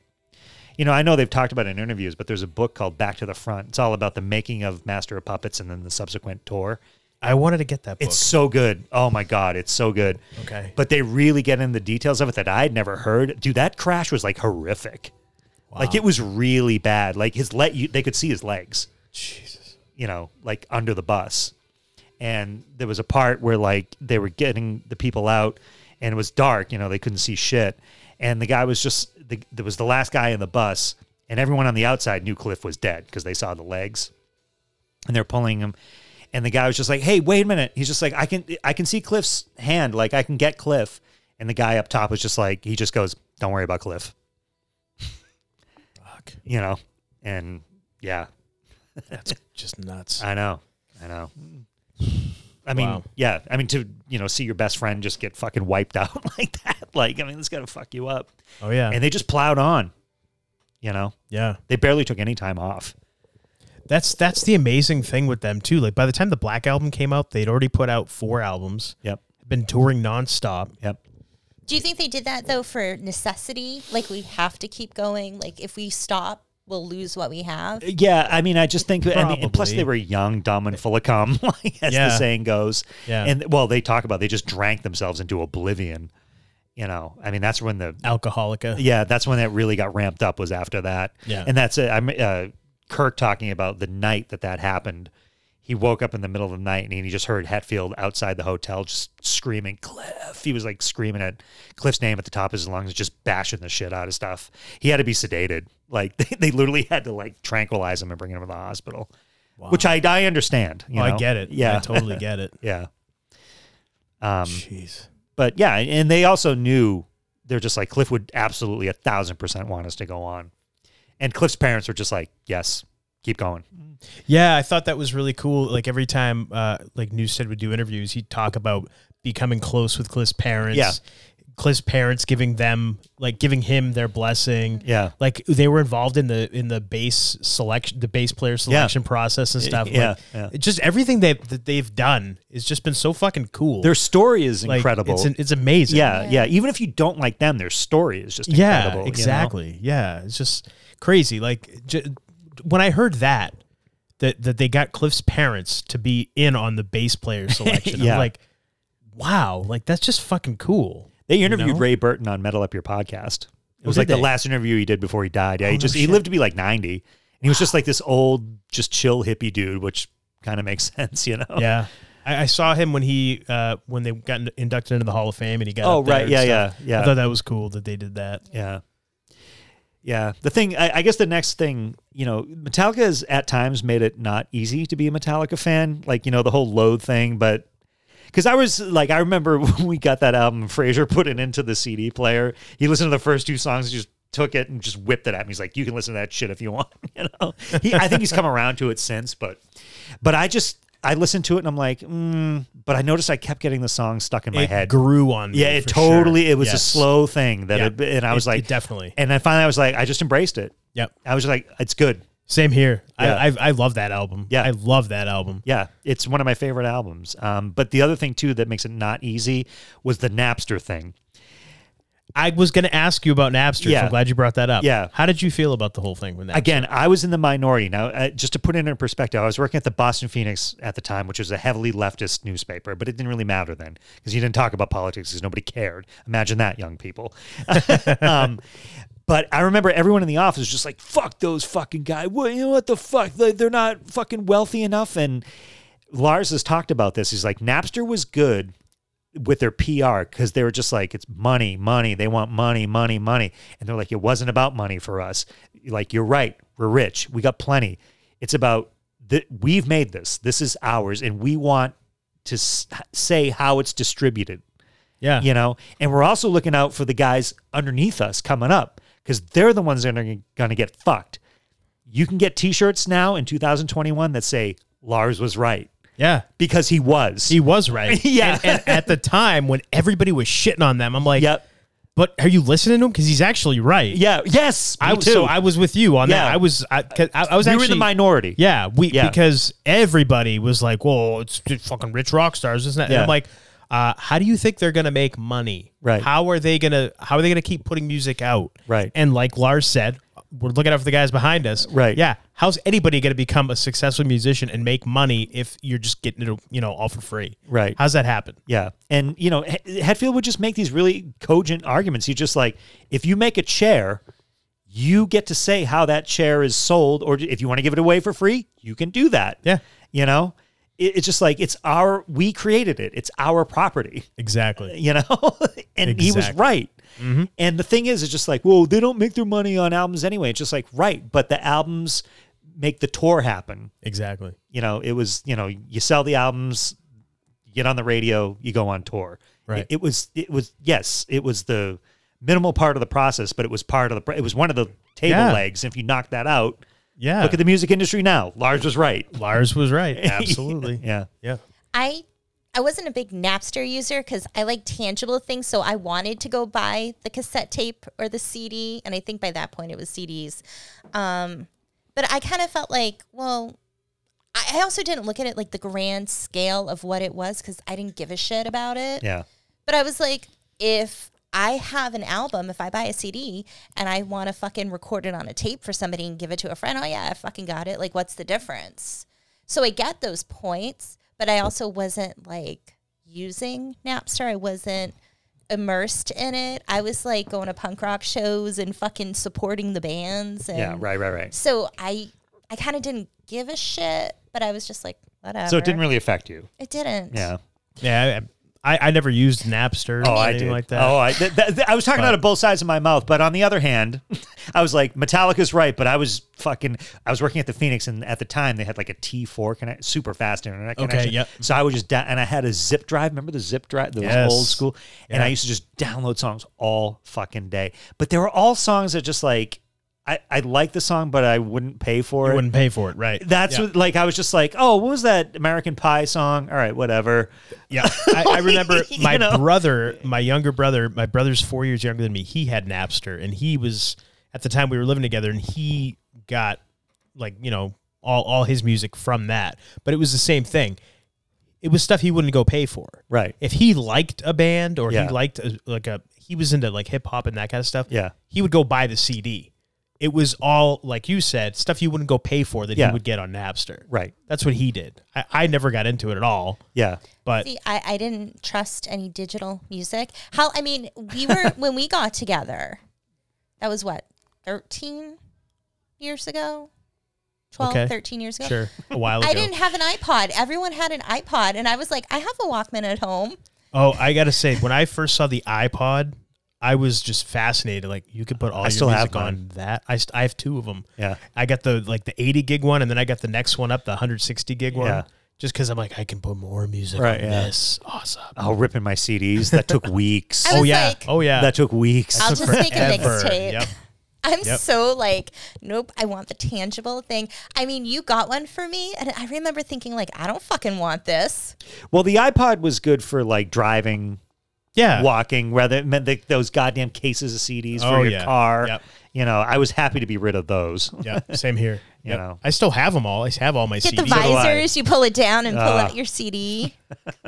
You know, I know they've talked about it in interviews, but there's a book called Back to the Front. It's all about the making of Master of Puppets and then the subsequent tour. I wanted to get that book. It's so good. Oh my god, it's so good. Okay. But they really get into the details of it that I'd never heard. Dude, that crash was like horrific. Like it was really bad. Like his leg, you, they could see his legs. Jesus. You know, like under the bus. And there was a part where like they were getting the people out, and it was dark. You know, they couldn't see shit. And the guy was just the, there was the last guy in the bus, and everyone on the outside knew Cliff was dead because they saw the legs and they're pulling him and the guy was just like hey wait a minute he's just like i can i can see cliff's hand like i can get cliff and the guy up top was just like he just goes don't worry about cliff Fuck. you know and yeah That's just nuts. i know i know i mean Wow. yeah i mean to you know see your best friend just get fucking wiped out like that like i mean this gotta fuck you up oh yeah. and they just plowed on you know yeah. they barely took any time off That's that's the amazing thing with them too. Like by the time the Black album came out, they'd already put out four albums, yep been touring nonstop. yep Do you think they did that though for necessity? Like we have to keep going. Like if we stop, we'll lose what we have. Yeah, I mean, I just think, I mean, and plus Probably. they were young, dumb, and full of cum, like, as the Yeah. saying goes. Yeah. And well, they talk about they just drank themselves into oblivion. You know, I mean, that's when the Alcoholica. yeah, that's when that really got ramped up was after that. Yeah. And that's it. I'm uh, Kirk talking about the night that that happened. He woke up in the middle of the night and he just heard Hetfield outside the hotel just screaming, Cliff. He was like screaming at Cliff's name at the top of his lungs, just bashing the shit out of stuff. He had to be sedated. Like they, they literally had to like tranquilize him and bring him to the hospital, which I, I understand. You Oh, I know? get it. Yeah. I totally get it. yeah. Jeez. But yeah. And they also knew they're just like, Cliff would absolutely a thousand percent want us to go on. And Cliff's parents were just like, yes, keep going. Yeah, I thought that was really cool. Like every time, uh, like Newstead would do interviews, he'd talk about becoming close with Cliff's parents. Yeah. Cliff's parents giving them, like giving him their blessing. Yeah. like they were involved in the in the bass selection, the bass player selection process and stuff. yeah, like, yeah. it just everything they that they've done has just been so fucking cool. Their story is Like, incredible. It's, it's amazing. yeah, yeah, Even if you don't like them, their story is just yeah, incredible. you know? exactly. Yeah, it's just crazy. Like j- when I heard that that that they got Cliff's parents to be in on the bass player selection, Yeah. I'm like, wow, like that's just fucking cool. They interviewed know? Oh, Ray Burton on Metal Up Your Podcast. It was did like the they? last interview he did before he died. Yeah, he no just he shit. lived to be like ninety, and he was just like this old, just chill hippie dude, which kind of makes sense, you know. Yeah. I, I saw him when he uh, when they got in- inducted into the Hall of Fame, and he got Oh, up there right. and Yeah, stuff. yeah, yeah. I thought that was cool that they did that. Yeah. Yeah. The thing, I, I guess the next thing, you know, Metallica has at times made it not easy to be a Metallica fan. Like, you know, the whole load thing, but. Because I was like, I remember when we got that album, Fraser put it into the CD player. He listened to the first two songs, he just took it and just whipped it at me. He's like, "You can listen to that shit if you want." You know, he, I think he's come around to it since, but, but I just, I listened to it and I'm like, mm, but I noticed I kept getting the song stuck in my it head. grew on me. yeah, it for sure. totally. It was a Yes. slow thing that, Yeah. it, and I It- was like, it definitely. And then finally, I was like, I just embraced it. Yep. I was like, it's good. Same here. Yeah. I, I I love that album. Yeah. I love that album. Yeah, it's one of my favorite albums. Um, but the other thing too that makes it not easy was the Napster thing. I was going to ask you about Napster. So Yeah. I'm glad you brought that up. Yeah. How did you feel about the whole thing with Napster? Again, I was in the minority. Now, uh, just to put it in perspective, I was working at the Boston Phoenix at the time, which was a heavily leftist newspaper, but it didn't really matter then because you didn't talk about politics because nobody cared. Imagine that, young people. um, but I remember everyone in the office was just like, fuck those fucking guys. What, you know, what the fuck? They- They're not fucking wealthy enough. And Lars has talked about this. He's like, Napster was good with their PR because they were just like, it's money, money. They want money, money, money. And they're like, it wasn't about money for us. Like, you're right. We're rich. We got plenty. It's about that we've made this. This is ours. And we want to s- say how it's distributed yeah. you know and we're also looking out for the guys underneath us coming up because they're the ones that are going to get fucked you can get t-shirts now in 2021 that say lars was right Yeah. because he was He was right. Yeah. And, and at the time when everybody was shitting on them, I'm like, yep but are you listening to him? Because he's actually right. yeah yes me I, too So I was with you on Yeah. that. I was, I, 'cause I, I was we actually. were in the minority Yeah, we Yeah. because everybody was like, "Whoa, it's just fucking rich rock stars, isn't it?" And Yeah. I'm like, uh, "How do you think they're gonna make money? Right. How are they gonna How are they gonna keep putting music out? Right. And like Lars said, we're looking out for the guys behind us. Right. Yeah. How's anybody gonna become a successful musician and make money if you're just getting it, you know, all for free? Right. How's that happen? Yeah. And, you know, H- Hetfield would just make these really cogent arguments. He's just like, if you make a chair, you get to say how that chair is sold, or if you want to give it away for free, you can do that. Yeah. You know, It- it's just like, it's our, we created it, it's our property, Exactly. you know? and he was Exactly. right. And the thing is, it's just like, well, they don't make their money on albums anyway. It's just like, right. But the albums make the tour happen Exactly. you know, it was, you know, you sell the albums, you get on the radio, you go on tour. Right. It, it was, it was, yes, it was the minimal part of the process, but it was part of the, pr- it was one of the table Yeah. legs. If you knock that out, Yeah. look at the music industry now. Lars was right. Lars was right. Absolutely. Yeah. Yeah. I I wasn't a big Napster user because I like tangible things, so I wanted to go buy the cassette tape or the CD, and I think by that point it was CDs. Um, but I kind of felt like, well, I, I also didn't look at it like the grand scale of what it was because I didn't give a shit about it. Yeah. But I was like, if I have an album, if I buy a CD and I want to fucking record it on a tape for somebody and give it to a friend, oh yeah, I fucking got it. Like, what's the difference? So I get those points, but I also wasn't like using Napster. I wasn't immersed in it. I was like going to punk rock shows and fucking supporting the bands. And Yeah. Right. Right. Right. So I, I kind of didn't give a shit, but I was just like, whatever. So it didn't really affect you. It didn't. Yeah. Yeah. I, I, I never used Napster. Oh, or I anything did. like that. Oh, I, th- th- th- I was talking out of both sides of my mouth. But on the other hand, I was like, Metallica's right. But I was fucking, I was working at the Phoenix, and at the time they had like a T4 connect, super fast internet Okay, connection. yep. So I would just, da- and I had a zip drive. Remember the zip drive? Those Yes. old school. And I used to just download songs all fucking day. But they were all songs that just like, I, I like the song, but I wouldn't pay for You it. wouldn't pay for it, right? That's yeah. what, like, I was just like, oh, what was that American Pie song? All right, whatever. Yeah, I, I remember You my know? brother, my younger brother, my brother's four years younger than me. He had Napster, and he was at the time we were living together, and he got like you know all all his music from that. But it was the same thing. It was stuff he wouldn't go pay for. Right. If he liked a band or Yeah. he liked a, like a he was into like hip hop and that kind of stuff. Yeah. He would go buy the CD. It was all like you said, stuff you wouldn't go pay for that Yeah. he would get on Napster. Right. That's what he did. I, I never got into it at all, Yeah. but See, I, I didn't trust any digital music. How I mean, we were when we got together. That was what thirteen years ago, 12, Okay. 13 years ago. sure, a while ago. I didn't have an iPod. Everyone had an iPod, and I was like, I have a Walkman at home. Oh, I gotta say, when I first saw the iPod, I was just fascinated. Like you could put all I your still have music mine. on that. I, st- I have two of them. Yeah. I got the like the 80 gig one, and then I got the next one up, the 160 gig Yeah. one, just because I'm like I can put more music Right, on yeah. this. Awesome. Oh, ripping my CDs. That took weeks. I Oh was yeah. like, oh yeah. That took weeks. I'll just make a Forever. mixtape. Yep. I'm Yep. so like, nope, I want the tangible thing. I mean, you got one for me, and I remember thinking, like, I don't fucking want this. Well, the iPod was good for like driving, Yeah. walking, rather it meant that those goddamn cases of CDs for Oh, your yeah. car. Yep. You know, I was happy to be rid of those. Yeah. Same here. You Yep. know. I still have them all. I have all my Get the CDs. do I. visors, you pull it down and pull Uh, Ah. out your CD.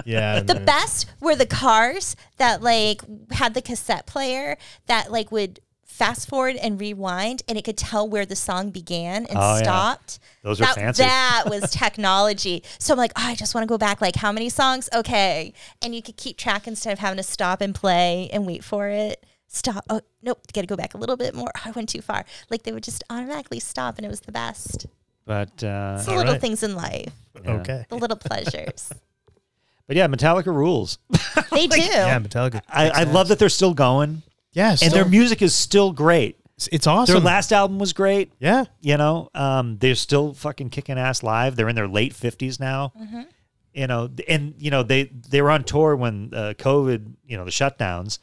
yeah. The best were the cars that like had the cassette player that like would fast forward and rewind and it could tell where the song began and Oh, yeah. stopped. Those are that, fancy. That was technology. So I'm like, oh, I just want to go back. Like, how many songs? Okay. And you could keep track instead of having to stop and play and wait for it. Stop. Oh, nope. Got to go back a little bit more. I went too far. Like, they would just automatically stop, and it was the best. But uh, It's the little right. things in life, Okay. the little pleasures. but yeah, Metallica rules. they do. Yeah, Metallica. I, I love that they're still going, Yes. and their music is still great. It's awesome. Their last album was great. yeah. You know, um, they're still fucking kicking ass live. They're in their late fifties now. You know, and you know they they were on tour when uh, COVID, you know, the shutdowns,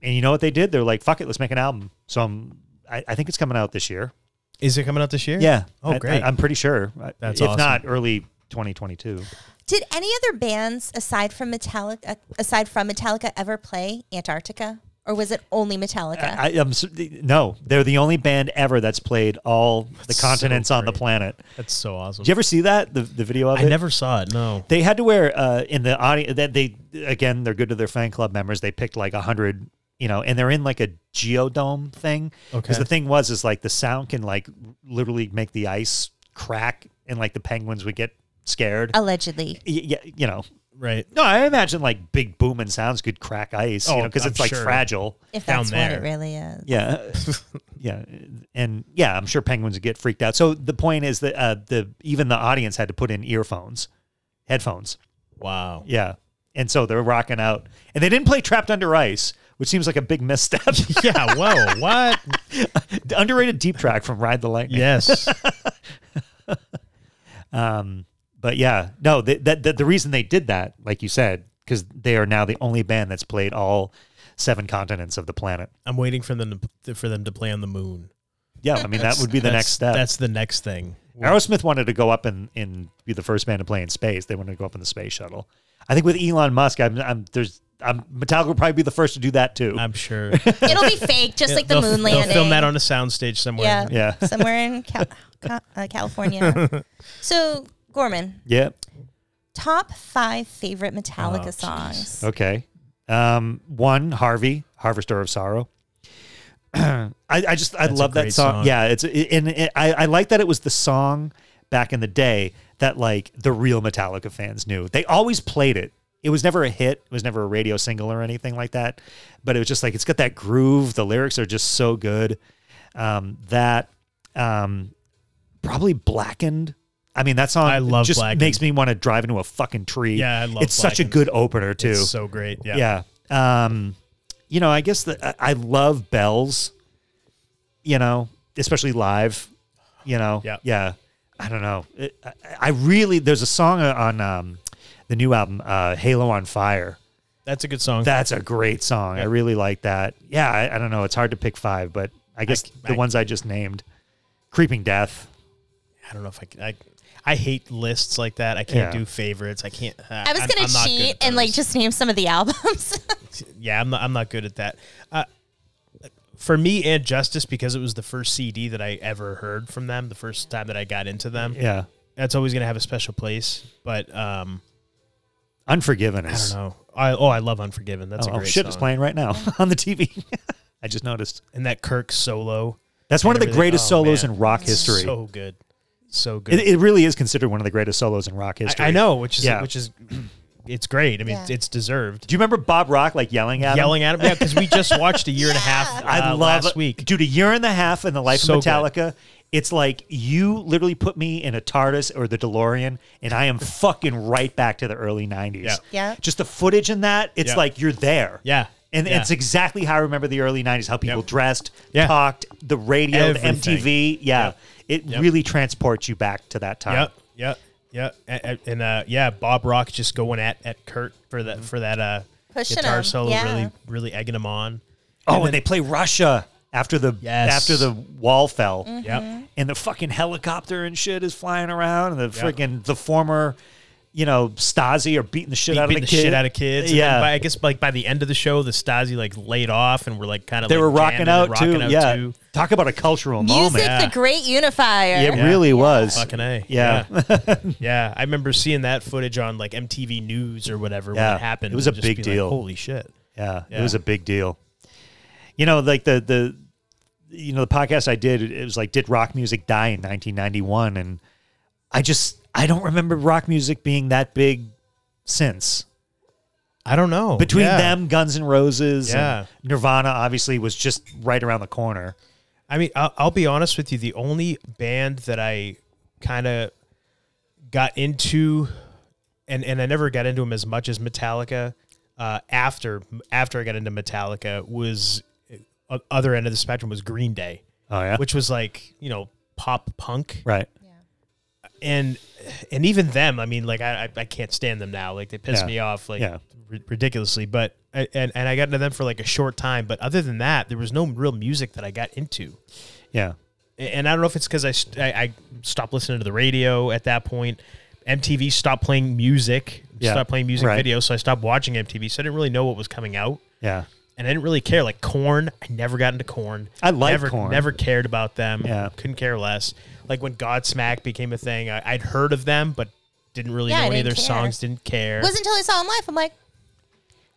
and you know what they did? They're like, "Fuck it, let's make an album." So I'm, I, I think it's coming out this year. Is it coming out this year? Yeah. Oh, I- great. I, am pretty sure. I- That's if awesome. not early 2022. Did any other bands aside from Metallica, aside from Metallica, ever play Antarctica, or was it only Metallica? Uh, I, I'm s- no, they're the only band ever that's played all the so continents on the planet. That's so awesome. Did you ever see that the the video of I it? never saw it. No. They had to wear uh, in the audience that they again they're good to their fan club members. They picked like a hundred, you know, and they're in like a geodome thing. Okay. Because the thing was is like the sound can like literally make the ice crack, and like the penguins would get scared. Allegedly, Y- y- you know, Right. no, I imagine like big booming sounds could crack ice, Oh, you know, because I'm it's like sure. fragile. if Down that's what there. it really is. Yeah, yeah, and yeah, I'm sure penguins would get freaked out. So the point is that uh, the even the audience had to put in earphones, headphones. Wow. Yeah, and so they're rocking out, and they didn't play "Trapped Under Ice," which seems like a big misstep. Yeah. Whoa. What? Underrated deep track from Ride the Lightning. yes. Um, but yeah, no, th that, that the reason they did that, like you said, because they are now the only band that's played all seven continents of the planet. I'm waiting for them to, for them to play on the moon. Yeah, I mean that would be the That's- next step. That's the next thing. Aerosmith wanted to go up and, and be the first band to play in space. They wanted to go up in the space shuttle. I think with Elon Musk, I'm, I'm there's I'm Metallica will probably be the first to do that too. I'm sure. It'll be fake, just like the They'll- moon they'll landing. film that on a soundstage somewhere. yeah, Yeah. somewhere in Cal- Ca- uh, California. so Gorman, yeah. top five favorite Metallica Oh, songs. Okay. Um, one Harvey Harvester of Sorrow. I, I just I That's a love that great song. song. Yeah, it's and it, I I like that it was the song back in the day that like the real Metallica fans knew. They always played it. It was never a hit. It was never a radio single or anything like that. But it was just like it's got that groove. The lyrics are just so good. Um, that um, probably blackened. I mean that song I love just Blackened. makes me want to drive into a fucking tree. Yeah, I love It's such a Blackened. good opener too. It's so great. Yeah. Yeah. Um, you know, I guess that I I love bells, you know, especially live, you know. Yeah. Yeah. I don't know. It- I, I really, there's a song on um, the new album, uh, Halo on Fire. That's a good song. That's a great song. I really like that. Yeah. I, I don't know. It's hard to pick five, but I guess c- the I- ones I just named Creeping Death. I don't know if I can. I, I hate lists like that. I can't Yeah. do favorites. I can't. Uh, I was I'm- gonna I'm not good cheat at and like those. just name some of the albums. Yeah, I'm not. I'm not good at that. Uh, for me, and Justice, because it was the first CD that I ever heard from them, the first time that I got into them. Yeah. That's always gonna have a special place. But um, Unforgiven I don't is. know. I oh, I love Unforgiven. That's a Oh, great shit, song. it's playing right now on the TV. I just noticed. And that Kirk solo. That's one of the everything. greatest Oh, solos man. in rock history. So good. So good. It, it really is considered one of the greatest solos in rock history. I, I know, which is Yeah. which is it's great. I mean, Yeah. it's, it's deserved. Do you remember Bob Rock like yelling at Yelling him? at him, yeah, because we just watched a year and a half. Uh, I love last week. dude. A year and a half in the life So of good. Metallica. It's like you literally put me in a TARDIS or the DeLorean, and I am fucking right back to the early '90s. Yeah. Yeah. Just the footage in that, it's Yeah. like you're there. Yeah. And Yeah. it's exactly how I remember the early '90s, how people Yep. dressed, Yeah. talked, the radio, Everything. the MTV. Yeah, Yep. it Yep. really transports you back to that time. Yep, yep, yep. And, and uh, yeah, Bob Rock just going at, at Kurt for that for that uh, Pushing guitar him, solo, yeah. really really egging him on. Oh, and, they play Russia after the Yes. after the wall fell. Yep. And the fucking helicopter and shit is flying around, and the freaking the former, you know, Stasi are beating the shit out Beat of the the, kid. shit out of kids. And Yeah, then by, I guess like by the end of the show, the Stasi like laid off and were like kind of they like, jamming were rocking and out too. rocking out yeah, too. talk about a cultural Music, moment. Oh, Yeah. the great unifier. It really was. Fucking a. Yeah. Yeah. Yeah. I remember seeing that footage on like MTV News or whatever when Yeah. it happened. It was a and just big being like, deal. Holy shit. Yeah, Yeah. it was a big deal. You know, like the the you know the podcast I did, it was like did rock music die in 1991 and I just I don't remember rock music being that big since. I don't know. Between Yeah. them, Guns N' Roses, Yeah. and Nirvana obviously was just right around the corner. I mean, I'll, I'll be honest with you. The only band that I kind of got into, and and I never got into them as much as Metallica. Uh, after after I got into Metallica, was uh, other end of the spectrum was Green Day, Oh yeah, which was like you know pop punk, right. and and even them. I mean, like I I, I can't stand them now. Like they piss Yeah. me off like Yeah. ri- ridiculously. But I, and and I got into them for like a short time. But other than that, there was no real music that I got into Yeah, and I don't know if it's because I, st- I I stopped listening to the radio at that point. MTV stopped playing music, Yeah, stopped playing music right. videos, so I stopped watching MTV. So I didn't really know what was coming out, yeah, and I didn't really care. Like Corn, I never got into Corn. I like never, Korn. Never cared about them. Yeah. couldn't care less. Like when Godsmack became a thing, I, I'd heard of them, but didn't really Yeah, I know any of their didn't care. songs. Didn't care. It wasn't until I saw him live. I'm like,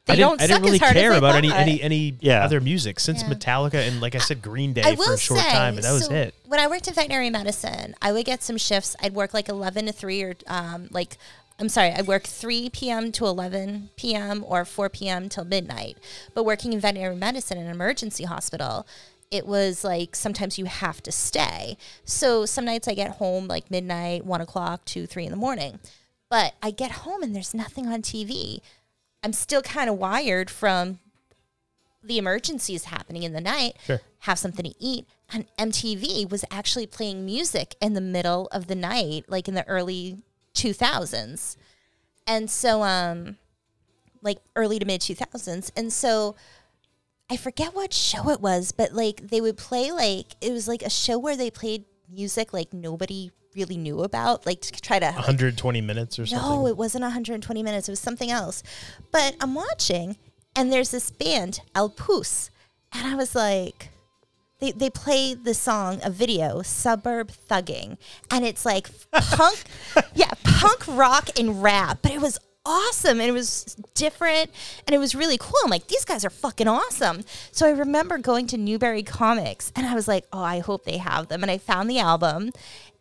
they I didn't, don't I suck didn't really as hard care as about they any thought. any any Yeah. other music since Yeah. Metallica and like I said, Green Day I for will a short say, time, and that was so it. When I worked in veterinary medicine, I would get some shifts. I'd work like eleven to three, or um, like I'm sorry, I'd work three p.m. to eleven p.m. or four p.m. till midnight. But working in veterinary medicine in an emergency hospital. It was like sometimes you have to stay. So some nights I get home like midnight, one o'clock, two, three in the morning. But I get home and there's nothing on TV. I'm still kind of wired from the emergencies happening in the night, Sure. have something to eat. And MTV was actually playing music in the middle of the night, like in the early 2000s. And so, um, like early to mid 2000s. And so I forget what show it was, but like they would play, like, it was like a show where they played music like nobody really knew about, like to try to 120 minutes or something. no, it wasn't 120 minutes. It was something else. But I'm watching, and there's this band, El Pus. And I was like, they, they play the song, a video, Suburb Thugging. And it's like punk, yeah, punk rock and rap. But it was awesome and it was different and it was really cool. I'm like, these guys are fucking awesome. So I remember going to Newberry Comics and I was like, oh, I hope they have them. And I found the album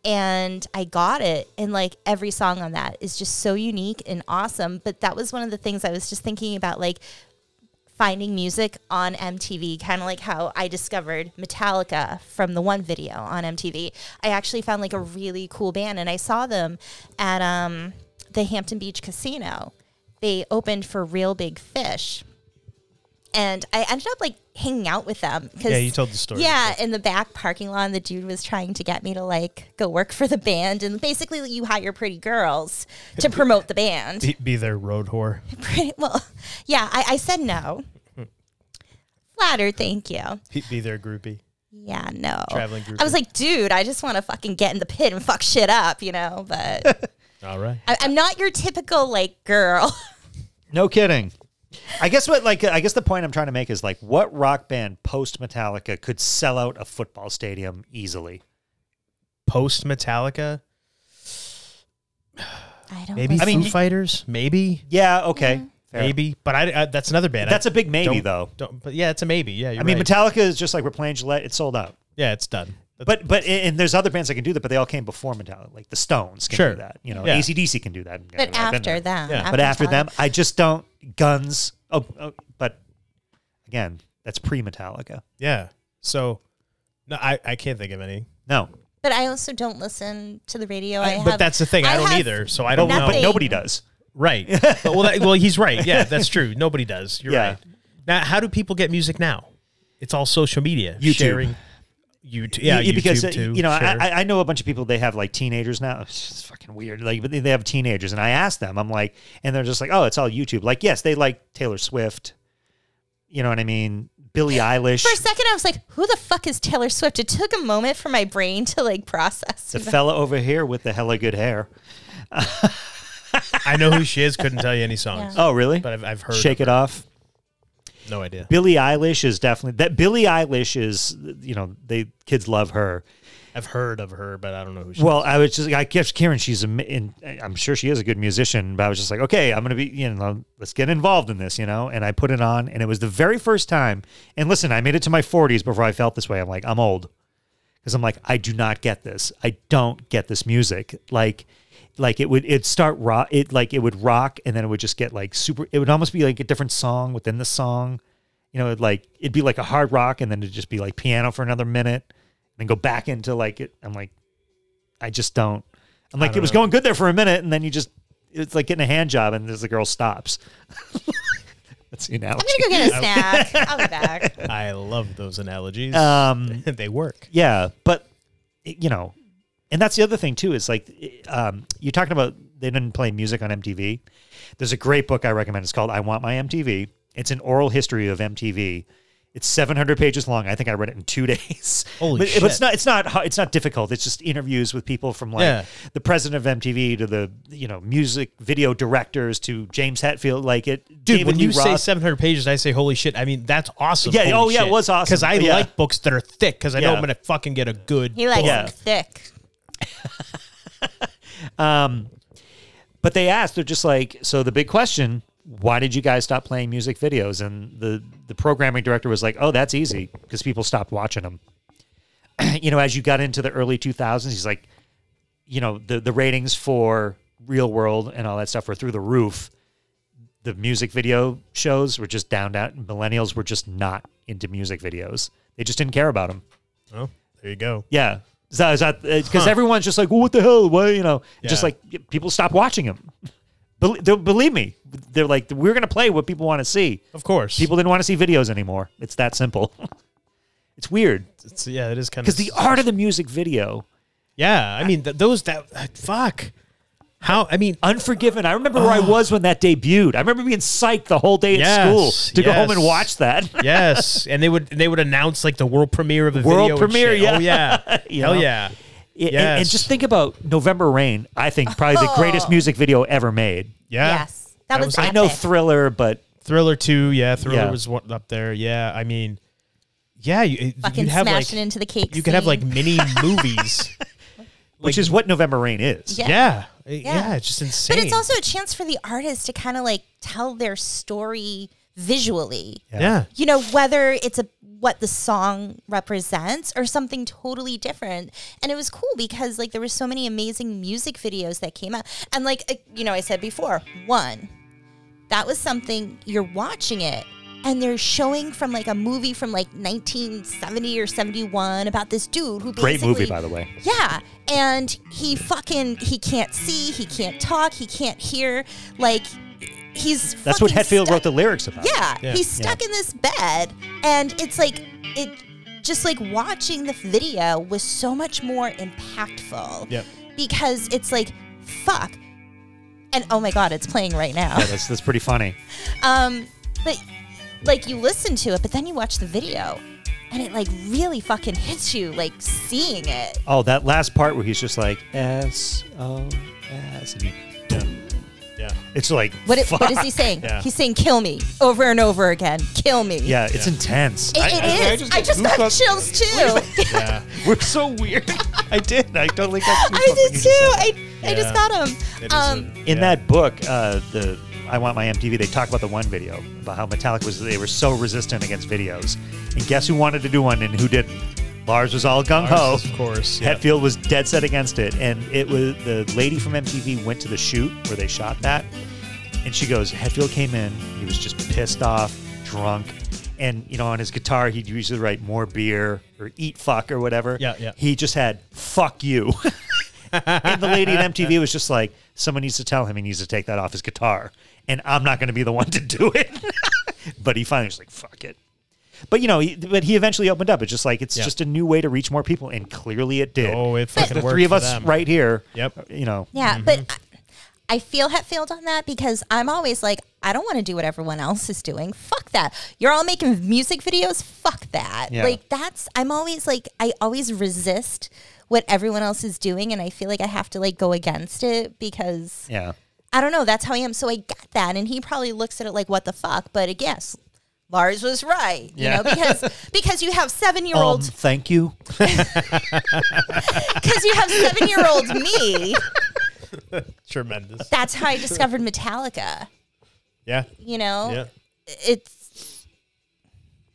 and I got it. And like every song on that is just so unique and awesome. But that was one of the things I was just thinking about, like, finding music on MTV, kind of like how I discovered Metallica from the one video on MTV. I actually found like a really cool band and I saw them at um, the Hampton Beach Casino. They opened for Real Big Fish. And I ended up like hanging out with them because Yeah, you told the story Yeah, in the back parking lot, and the dude was trying to get me to like go work for the band, and basically you hire pretty girls to promote the band Be, be their road whore. pretty well. Yeah, I, I said no. Flattered, thank you. Be, be their groupie. Yeah, no. Traveling groupie. I was like, dude, I just want to fucking get in the pit and fuck shit up, you know. But All right. I, I'm not your typical like girl. no kidding. I guess what like I guess the point I'm trying to make is like what rock band post Metallica could sell out a football stadium easily. Post Metallica, I don't. maybe like- Foo I mean, y- Fighters, maybe, Yeah, okay. fair. maybe. But I, I that's another band. That's I a big maybe don't- though. Don't, but yeah, it's a maybe. Yeah, I mean, Metallica is just like we're playing Gillette; it's sold out. yeah, it's done. That's- But but and there's other bands that can do that, but they all came before Metallica. Like the Stones can Sure. do that. You know, Yeah. ACDC can do that. but after them, Yeah. but after them, Metallica. I just don't. Guns. Oh, oh but again, that's pre-Metallica. yeah, so no, I, I can't think of any. No, But I also don't listen to the radio. I, I- have, but that's the thing. I, don't have- either. So I but, don't Nothing. but know. nobody does. Right. But, well, that, well, he's right. Yeah, that's true. Nobody does. You're Yeah. right. Now, how do people get music now? It's all social media. YouTube. Sharing. YouTube. Yeah, Y- because uh, YouTube too. you know sure. I, I- I know a bunch of people. They have like teenagers now. It's just fucking weird. Like but they they have teenagers, and I ask them, I'm like, and they're just like, oh, it's all YouTube. Like yes, they like Taylor Swift, You know what I mean? Billie Eilish, For a second, I was like, who the fuck is Taylor Swift? It took a moment for my brain to like process. the fella over here with the hella good hair. I know who she is. Couldn't tell you any songs, Oh, really? but I've, I've heard. Shake it off. No idea. Billie Eilish is definitely that. Billie Eilish is, you know, they kids love her. I've heard of her, but I don't know who she. Well, I was just, I kept Karen. She's, a, and I'm sure she is a good musician, but I was just like, okay, I'm gonna be, you know, let's get involved in this, you know. And I put it on, and it was the very first time. And listen, I made it to my 40s before I felt this way. I'm like, I'm old, because I'm like, I do not get this. I don't get this music. Like, like it would, it'd start rock. It like it would rock, and then it would just get like super. It would almost be like a different song within the song. You know, it'd like it'd be like a hard rock, and then it'd just be like piano for another minute, and then go back into like it. I'm like. I just don't. I'm like, it was going good there for a minute, and then you just, it's like getting a hand job, and there's the girl stops. That's the analogy. I'm gonna go get a snack. I'll be back. Is. I love those analogies. Um, they work. yeah, but it- you know, and that's the other thing too is like, it- um, you're talking about they didn't play music on MTV. There's a great book I recommend. It's called "I Want My MTV." It's an oral history of MTV. It's 700 pages long. I think I read it in two days. Holy but, But it's shit. not. It's not. hu- It's not difficult. It's just interviews with people from like Yeah. the president of MTV to the you know music video directors to James Hetfield. Like it, Dude, David when Lee you say Roth. 700 pages, I say, holy shit. I mean, that's awesome. Yeah, oh, yeah, it was awesome. Because I Yeah. like books that are thick because I know Yeah. I'm going to fucking get a good. He likes Yeah. it thick. but they asked they're just like so the big question why did you guys stop playing music videos and the the programming director was like oh that's easy because people stopped watching them you know as you got into the early 2000s he's like you know the the ratings for real world and all that stuff were through the roof the music video shows were just down down millennials were just not into music videos they just didn't care about them Oh, there you go. yeah. So because everyone's just like, well, what the hell? Why you know? Just Yeah. like people stop watching him. Bel- they'll- Believe me, they're like, we're gonna play what people want to see. Of course. People didn't want to see videos anymore. It's that simple. it's weird It's, yeah, it is kind of. because the art of the music video, Yeah, I mean, th- those that. uh, Fuck. How? I mean, Unforgiven. I remember where I was when that debuted. I remember being psyched the whole day at Yes, school to go home and yes. watch that. yes. And they would they would announce like the world premiere of the World video. and premiere, shit. yeah. Oh, yeah. You Hell know? yeah. And- Yes. and just think about November Rain. I think probably the greatest music video ever made. Yeah. Yes, that, was. was- I know epic. Thriller, but Thriller two, yeah. Thriller Yeah. was one up there. Yeah, I mean, yeah, you it- Fucking you'd have like smashing into the cake. you could have like scene. mini movies. which is what November Rain is. yeah. Yeah. Yeah. it's just insane. But it's also a chance for the artist to kind of like tell their story visually. yeah. You know, whether it's a what the song represents or something totally different. And it was cool because like there were so many amazing music videos that came out. And like uh, you know, I said before, one that was something you're watching it and they're showing from like a movie from like 1970 or 71 about this dude who Great movie, basically- by the way. yeah, and he fucking he can't see, he can't talk, he can't hear. Like he's That's what fucking Hetfield stuck- wrote the lyrics about. Yeah, Yeah. he's stuck in this bed, and it's like it just like watching the video was so much more impactful. Yep. Because it's like fuck, and oh my god, it's playing right now. That's, that's pretty funny. Um, but like you listen to it, but then you watch the video, and it like really fucking hits you, like seeing it. Oh, that last part where he's just like S O S. and he- Yeah. It's like What, it, fuck. what is he saying? Yeah. He's saying, kill me over and over again. Kill me. Yeah, it's intense. It- I- it I- I is. just I got just got goosebumps. chills too. Yeah. we're so weird. I did. I totally got. I goosebumps when did you too. just said I, I that. Yeah. just got him. It is Um, a- In yeah. that book, uh, the I Want My MTV, they talk about the one video about how Metallica was. They were so resistant against videos, and guess who wanted to do one and who didn't? Lars was all gung ho. Ours, of course. Yeah. Hetfield was dead set against it, and it was the lady from MTV went to the shoot where they shot that, and she goes, Hetfield came in, he was just pissed off, drunk, and you know on his guitar he'd usually write more beer or eat fuck or whatever. Yeah, yeah. He just had fuck you, and the lady at MTV was just like, someone needs to tell him he needs to take that off his guitar, and I'm not going to be the one to do it. but he finally was like, fuck it. But you know, he, but he eventually opened up. It's just like it's Yeah. just a new way to reach more people, and clearly it did Oh, it fucking the worked three of for us them. right here. Yep. You know, yeah, but I, I feel Hetfield on that because I'm always like, I don't want to do what everyone else is doing. Fuck that. You're all making music videos. Fuck that. Yeah. Like that's I'm always like I always resist what everyone else is doing and I feel like I have to like go against it because Yeah. I don't know, that's how I am. So I get that and he probably looks at it like what the fuck, but I guess Lars was right. You Yeah. know, because because you have seven year Um, old thank you. because you have seven year old me. Tremendous. That's how I discovered Metallica. Yeah. You know? Yeah. It's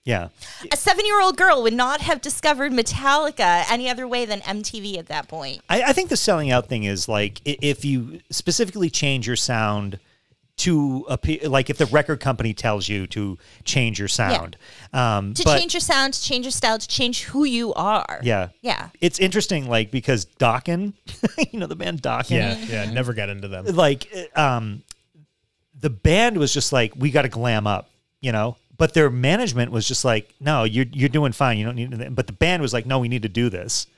Yeah. a seven year old girl would not have discovered Metallica any other way than MTV at that point. I, I think the selling out thing is like i- if you specifically change your sound to appear, like if the record company tells you to change your sound. Um, To but- change your sound, to change your style, to change who you are. Yeah. Yeah. It's interesting, like, because Dokken, you know, the band Dokken, Yeah. Yeah. Never got into them. like, uh, um, the band was just like, we got to glam up, you know? But their management was just like, no, you're, you're doing fine. You don't need to. But the band was like, no, we need to do this.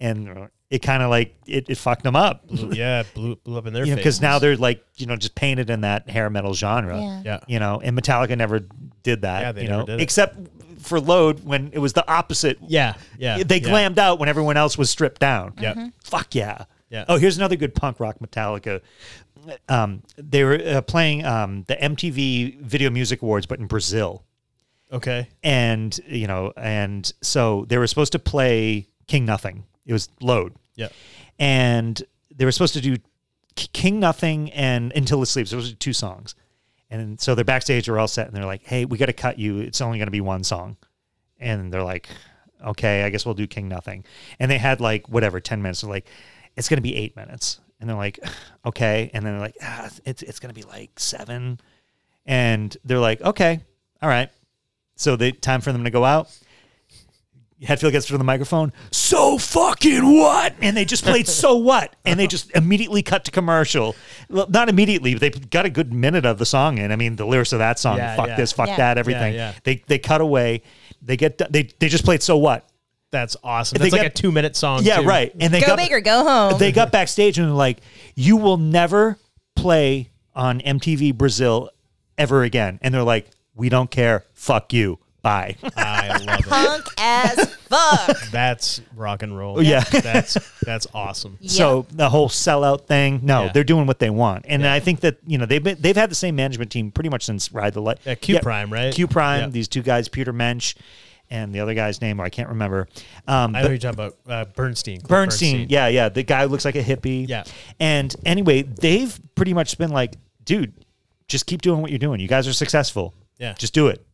And it kind of like, it, it fucked them up. Yeah. Blew, blew up in their you know, face. because now they're like, you know, just painted in that hair metal genre. Yeah. Yeah. You know, and Metallica never did that. Yeah, they you never know, did it. except for Load when it was the opposite. Yeah. Yeah. They yeah. glammed out when everyone else was stripped down. Yep. Mm-hmm. Mhm. Fuck yeah. Yeah. Oh, here's another good punk rock Metallica. Um, they were uh, playing um, the MTV Video Music Awards, but in Brazil Okay. and you know and so they were supposed to play king nothing it was load Yeah. and they were supposed to do K- king nothing and until it sleeps there was two songs and so they're backstage they're all set and they're like hey we got to cut you it's only going to be one song and they're like okay i guess we'll do king nothing and they had like whatever 10 minutes they're like it's going to be eight minutes and they're like okay and then they're like ah, it's, it's going to be like seven and they're like okay all right so they time for them to go out. Hetfield gets to the microphone. So fucking what? And they just played so what? And they just immediately cut to commercial. Well, not immediately, but they got a good minute of the song in. I mean, the lyrics of that song, Yeah, fuck yeah. this, fuck Yeah. that, everything. yeah. They they cut away. They get done- they they just played so what? That's awesome. They That's like got- a two minute song. Yeah, too. right. And they Go got big or go home. they got backstage and they're like, "You will never play on MTV Brazil ever again." And they're like, "We don't care. Fuck you. Bye." I love it. Punk as fuck. That's rock and roll. Oh, Yeah. That's that's awesome. So the whole sellout thing, no, Yeah. they're doing what they want, and I think that you know they've been, they've had the same management team pretty much since Ride the Light. Yeah, Q Prime, right? Q Prime. Yeah. These two guys, Peter Mensch, and the other guy's name, or I can't remember. Um, I know but- you're talking about uh, Bernstein. Cliff Bernstein, yeah, yeah, the guy who looks like a hippie. Yeah. And anyway, they've pretty much been like, dude, just keep doing what you're doing. You guys are successful. Yeah. Just do it.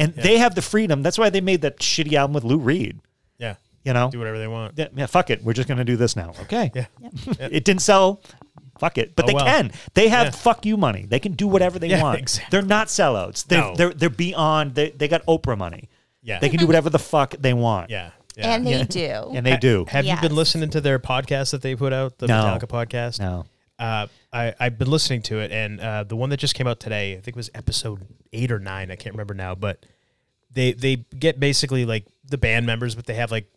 And they have the freedom. That's why they made that shitty album with Lou Reed. Yeah. You know, Do whatever they want. yeah, yeah, fuck it. We're just going to do this now. Okay. Yeah. it didn't sell. Fuck it. But Oh, they well. can. They have Yeah. fuck you money. They can do whatever they Yeah, want. exactly. They're not sellouts. They're, No. they're, they're beyond, they, they got Oprah money. Yeah. They can do whatever the fuck they want. Yeah. Yeah. And they do. And they do. Have you Yes. been listening to their podcast that they put out, the No. Metallica podcast? No. Uh, I, I've been listening to it, and uh, the one that just came out today, I think it was episode eight or nine. I can't remember now, but they they get basically like the band members, but they have like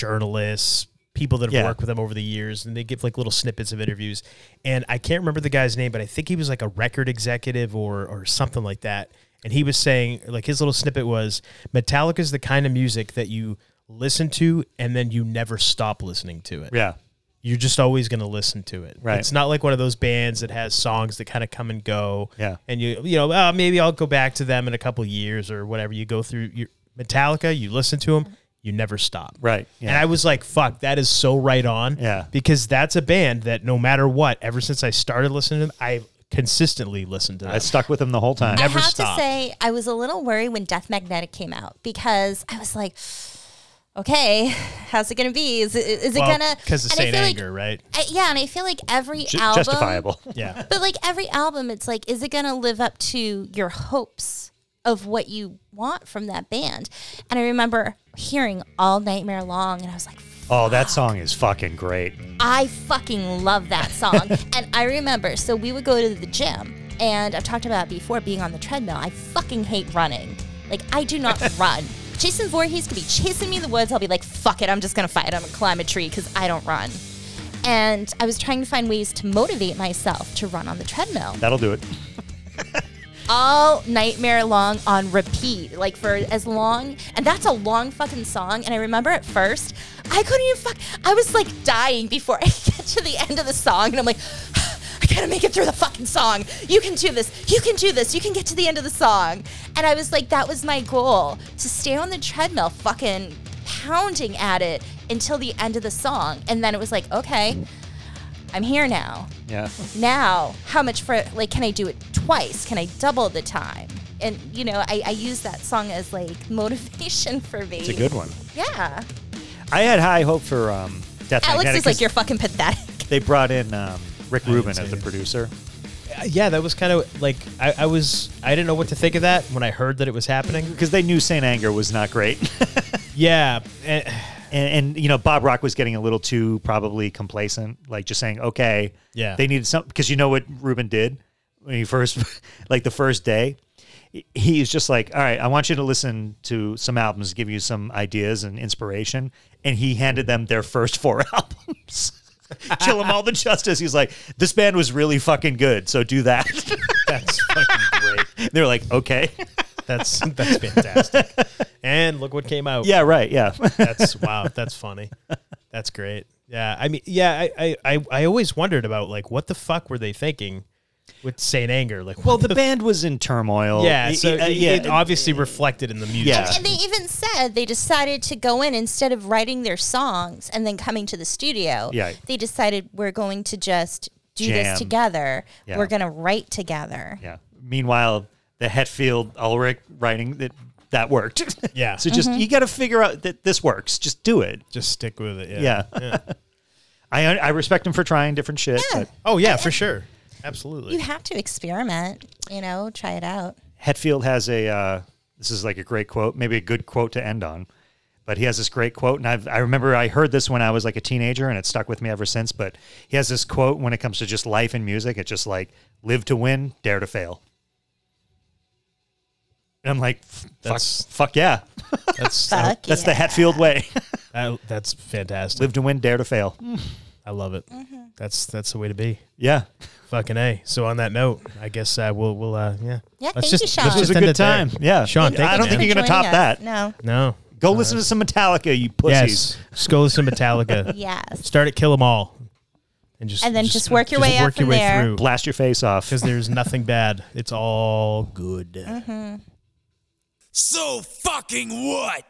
journalists, people that have Yeah. worked with them over the years, and they give like little snippets of interviews. And I can't remember the guy's name, but I think he was like a record executive or or something like that. And he was saying like his little snippet was Metallica is the kind of music that you listen to and then you never stop listening to it Yeah. you're just always going to listen to it. Right. It's not like one of those bands that has songs that kind of come and go. Yeah. And you you know oh, maybe I'll go back to them in a couple years or whatever. You go through your Metallica, you listen to them, you never stop. Right, yeah. And I was like, fuck, that is so right on. Yeah. Because that's a band that no matter what, ever since I started listening to them, I consistently listened to them. I stuck with them the whole time. Never I have stopped. to say, I was a little worried when Death Magnetic came out because I was like, okay, how's it going to be? Is it, is it gonna? because of and I Saint feel like- Anger, right? I, yeah, and I feel like every Ju- album justifiable. Yeah. But like every album, it's like, is it going to live up to your hopes of what you want from that band? And I remember hearing All Nightmare Long, and I was like, Oh, that song is fucking great. I fucking love that song. and I remember, so we would go to the gym, and I've talked about it before being on the treadmill. I fucking hate running. Like, I do not run. Jason Voorhees could be chasing me in the woods. I'll be like, fuck it, I'm just gonna fight. I'm gonna climb a tree because I don't run. And I was trying to find ways to motivate myself to run on the treadmill That'll do it. all nightmare long on repeat, like for as long. And that's a long fucking song. And I remember at first, I couldn't even fuck. I was like dying before I get to the end of the song, and I'm like, I gotta make it through the fucking song. You can do this. You can do this. You can get to the end of the song. And I was like, that was my goal to stay on the treadmill, fucking pounding at it until the end of the song. And then it was like, okay, I'm here now Yeah. now how much for like can i do it twice can i double the time and you know i, I use that song as like motivation for me It's a good one. yeah I had high hope for um, Death alex Magnetic is like 'cause you're fucking pathetic They brought in um, Rick Rubin say as the it. producer. Uh, yeah, that was kind of like I, I was I didn't know what to think of that when I heard that it was happening. because they knew Saint Anger was not great, Yeah, eh, and, and you know Bob Rock was getting a little too probably complacent, like just saying okay, Yeah. They needed some because you know what Ruben did when he first, like the first day, he was just like, all right, I want you to listen to some albums, give you some ideas and inspiration, and he handed them their first four albums. Kill 'em all the justice. He's like, this band was really fucking good, so do that. that's fucking great. they were like, okay, That's that's fantastic. And look what came out. yeah, right, yeah. that's wow. That's funny. That's great. Yeah, I mean, yeah, I, I, I, I always wondered about like what the fuck were they thinking with Saint Anger? Like, well, what the band was in turmoil. yeah, so Uh, it, it obviously reflected in the music. Yeah. and, and they even said they decided to go in instead of writing their songs and then coming to the studio Yeah. they decided we're going to just do Jam. this together Yeah. we're going to write together Yeah. Meanwhile, the Hetfield Ulrich writing that that worked. Yeah. so just you got to figure out that this works. Just do it. Just stick with it. Yeah. I I respect him for trying different shit. Yeah. But Oh yeah, for sure. Absolutely. you have to experiment you know try it out Hetfield has a uh, this is like a great quote, maybe a good quote to end on. But he has this great quote, and I've, I remember I heard this when I was like a teenager, and it stuck with me ever since. But he has this quote when it comes to just life and music. It's just like live to win, dare to fail. And I'm like, f- fuck, That's- fuck yeah, That's fuck that's the yeah. Hetfield way. I- that's fantastic. Live to win, dare to fail. I love it. That's that's the way to be. Yeah. Fucking a. So on that note, I guess uh, we'll we'll uh, yeah. Yeah, Let's thank just you, Sean. let's This just was end good it there. time. Yeah. Sean, thank I you, don't think man. you're gonna Joining top that. no no. Go listen to some Metallica, you pussies. Yes. Just go listen to Metallica. yes Start at Kill 'Em All, and just And then just work your way up from there. Blast your face off. because there's nothing bad. It's all good. So fucking what?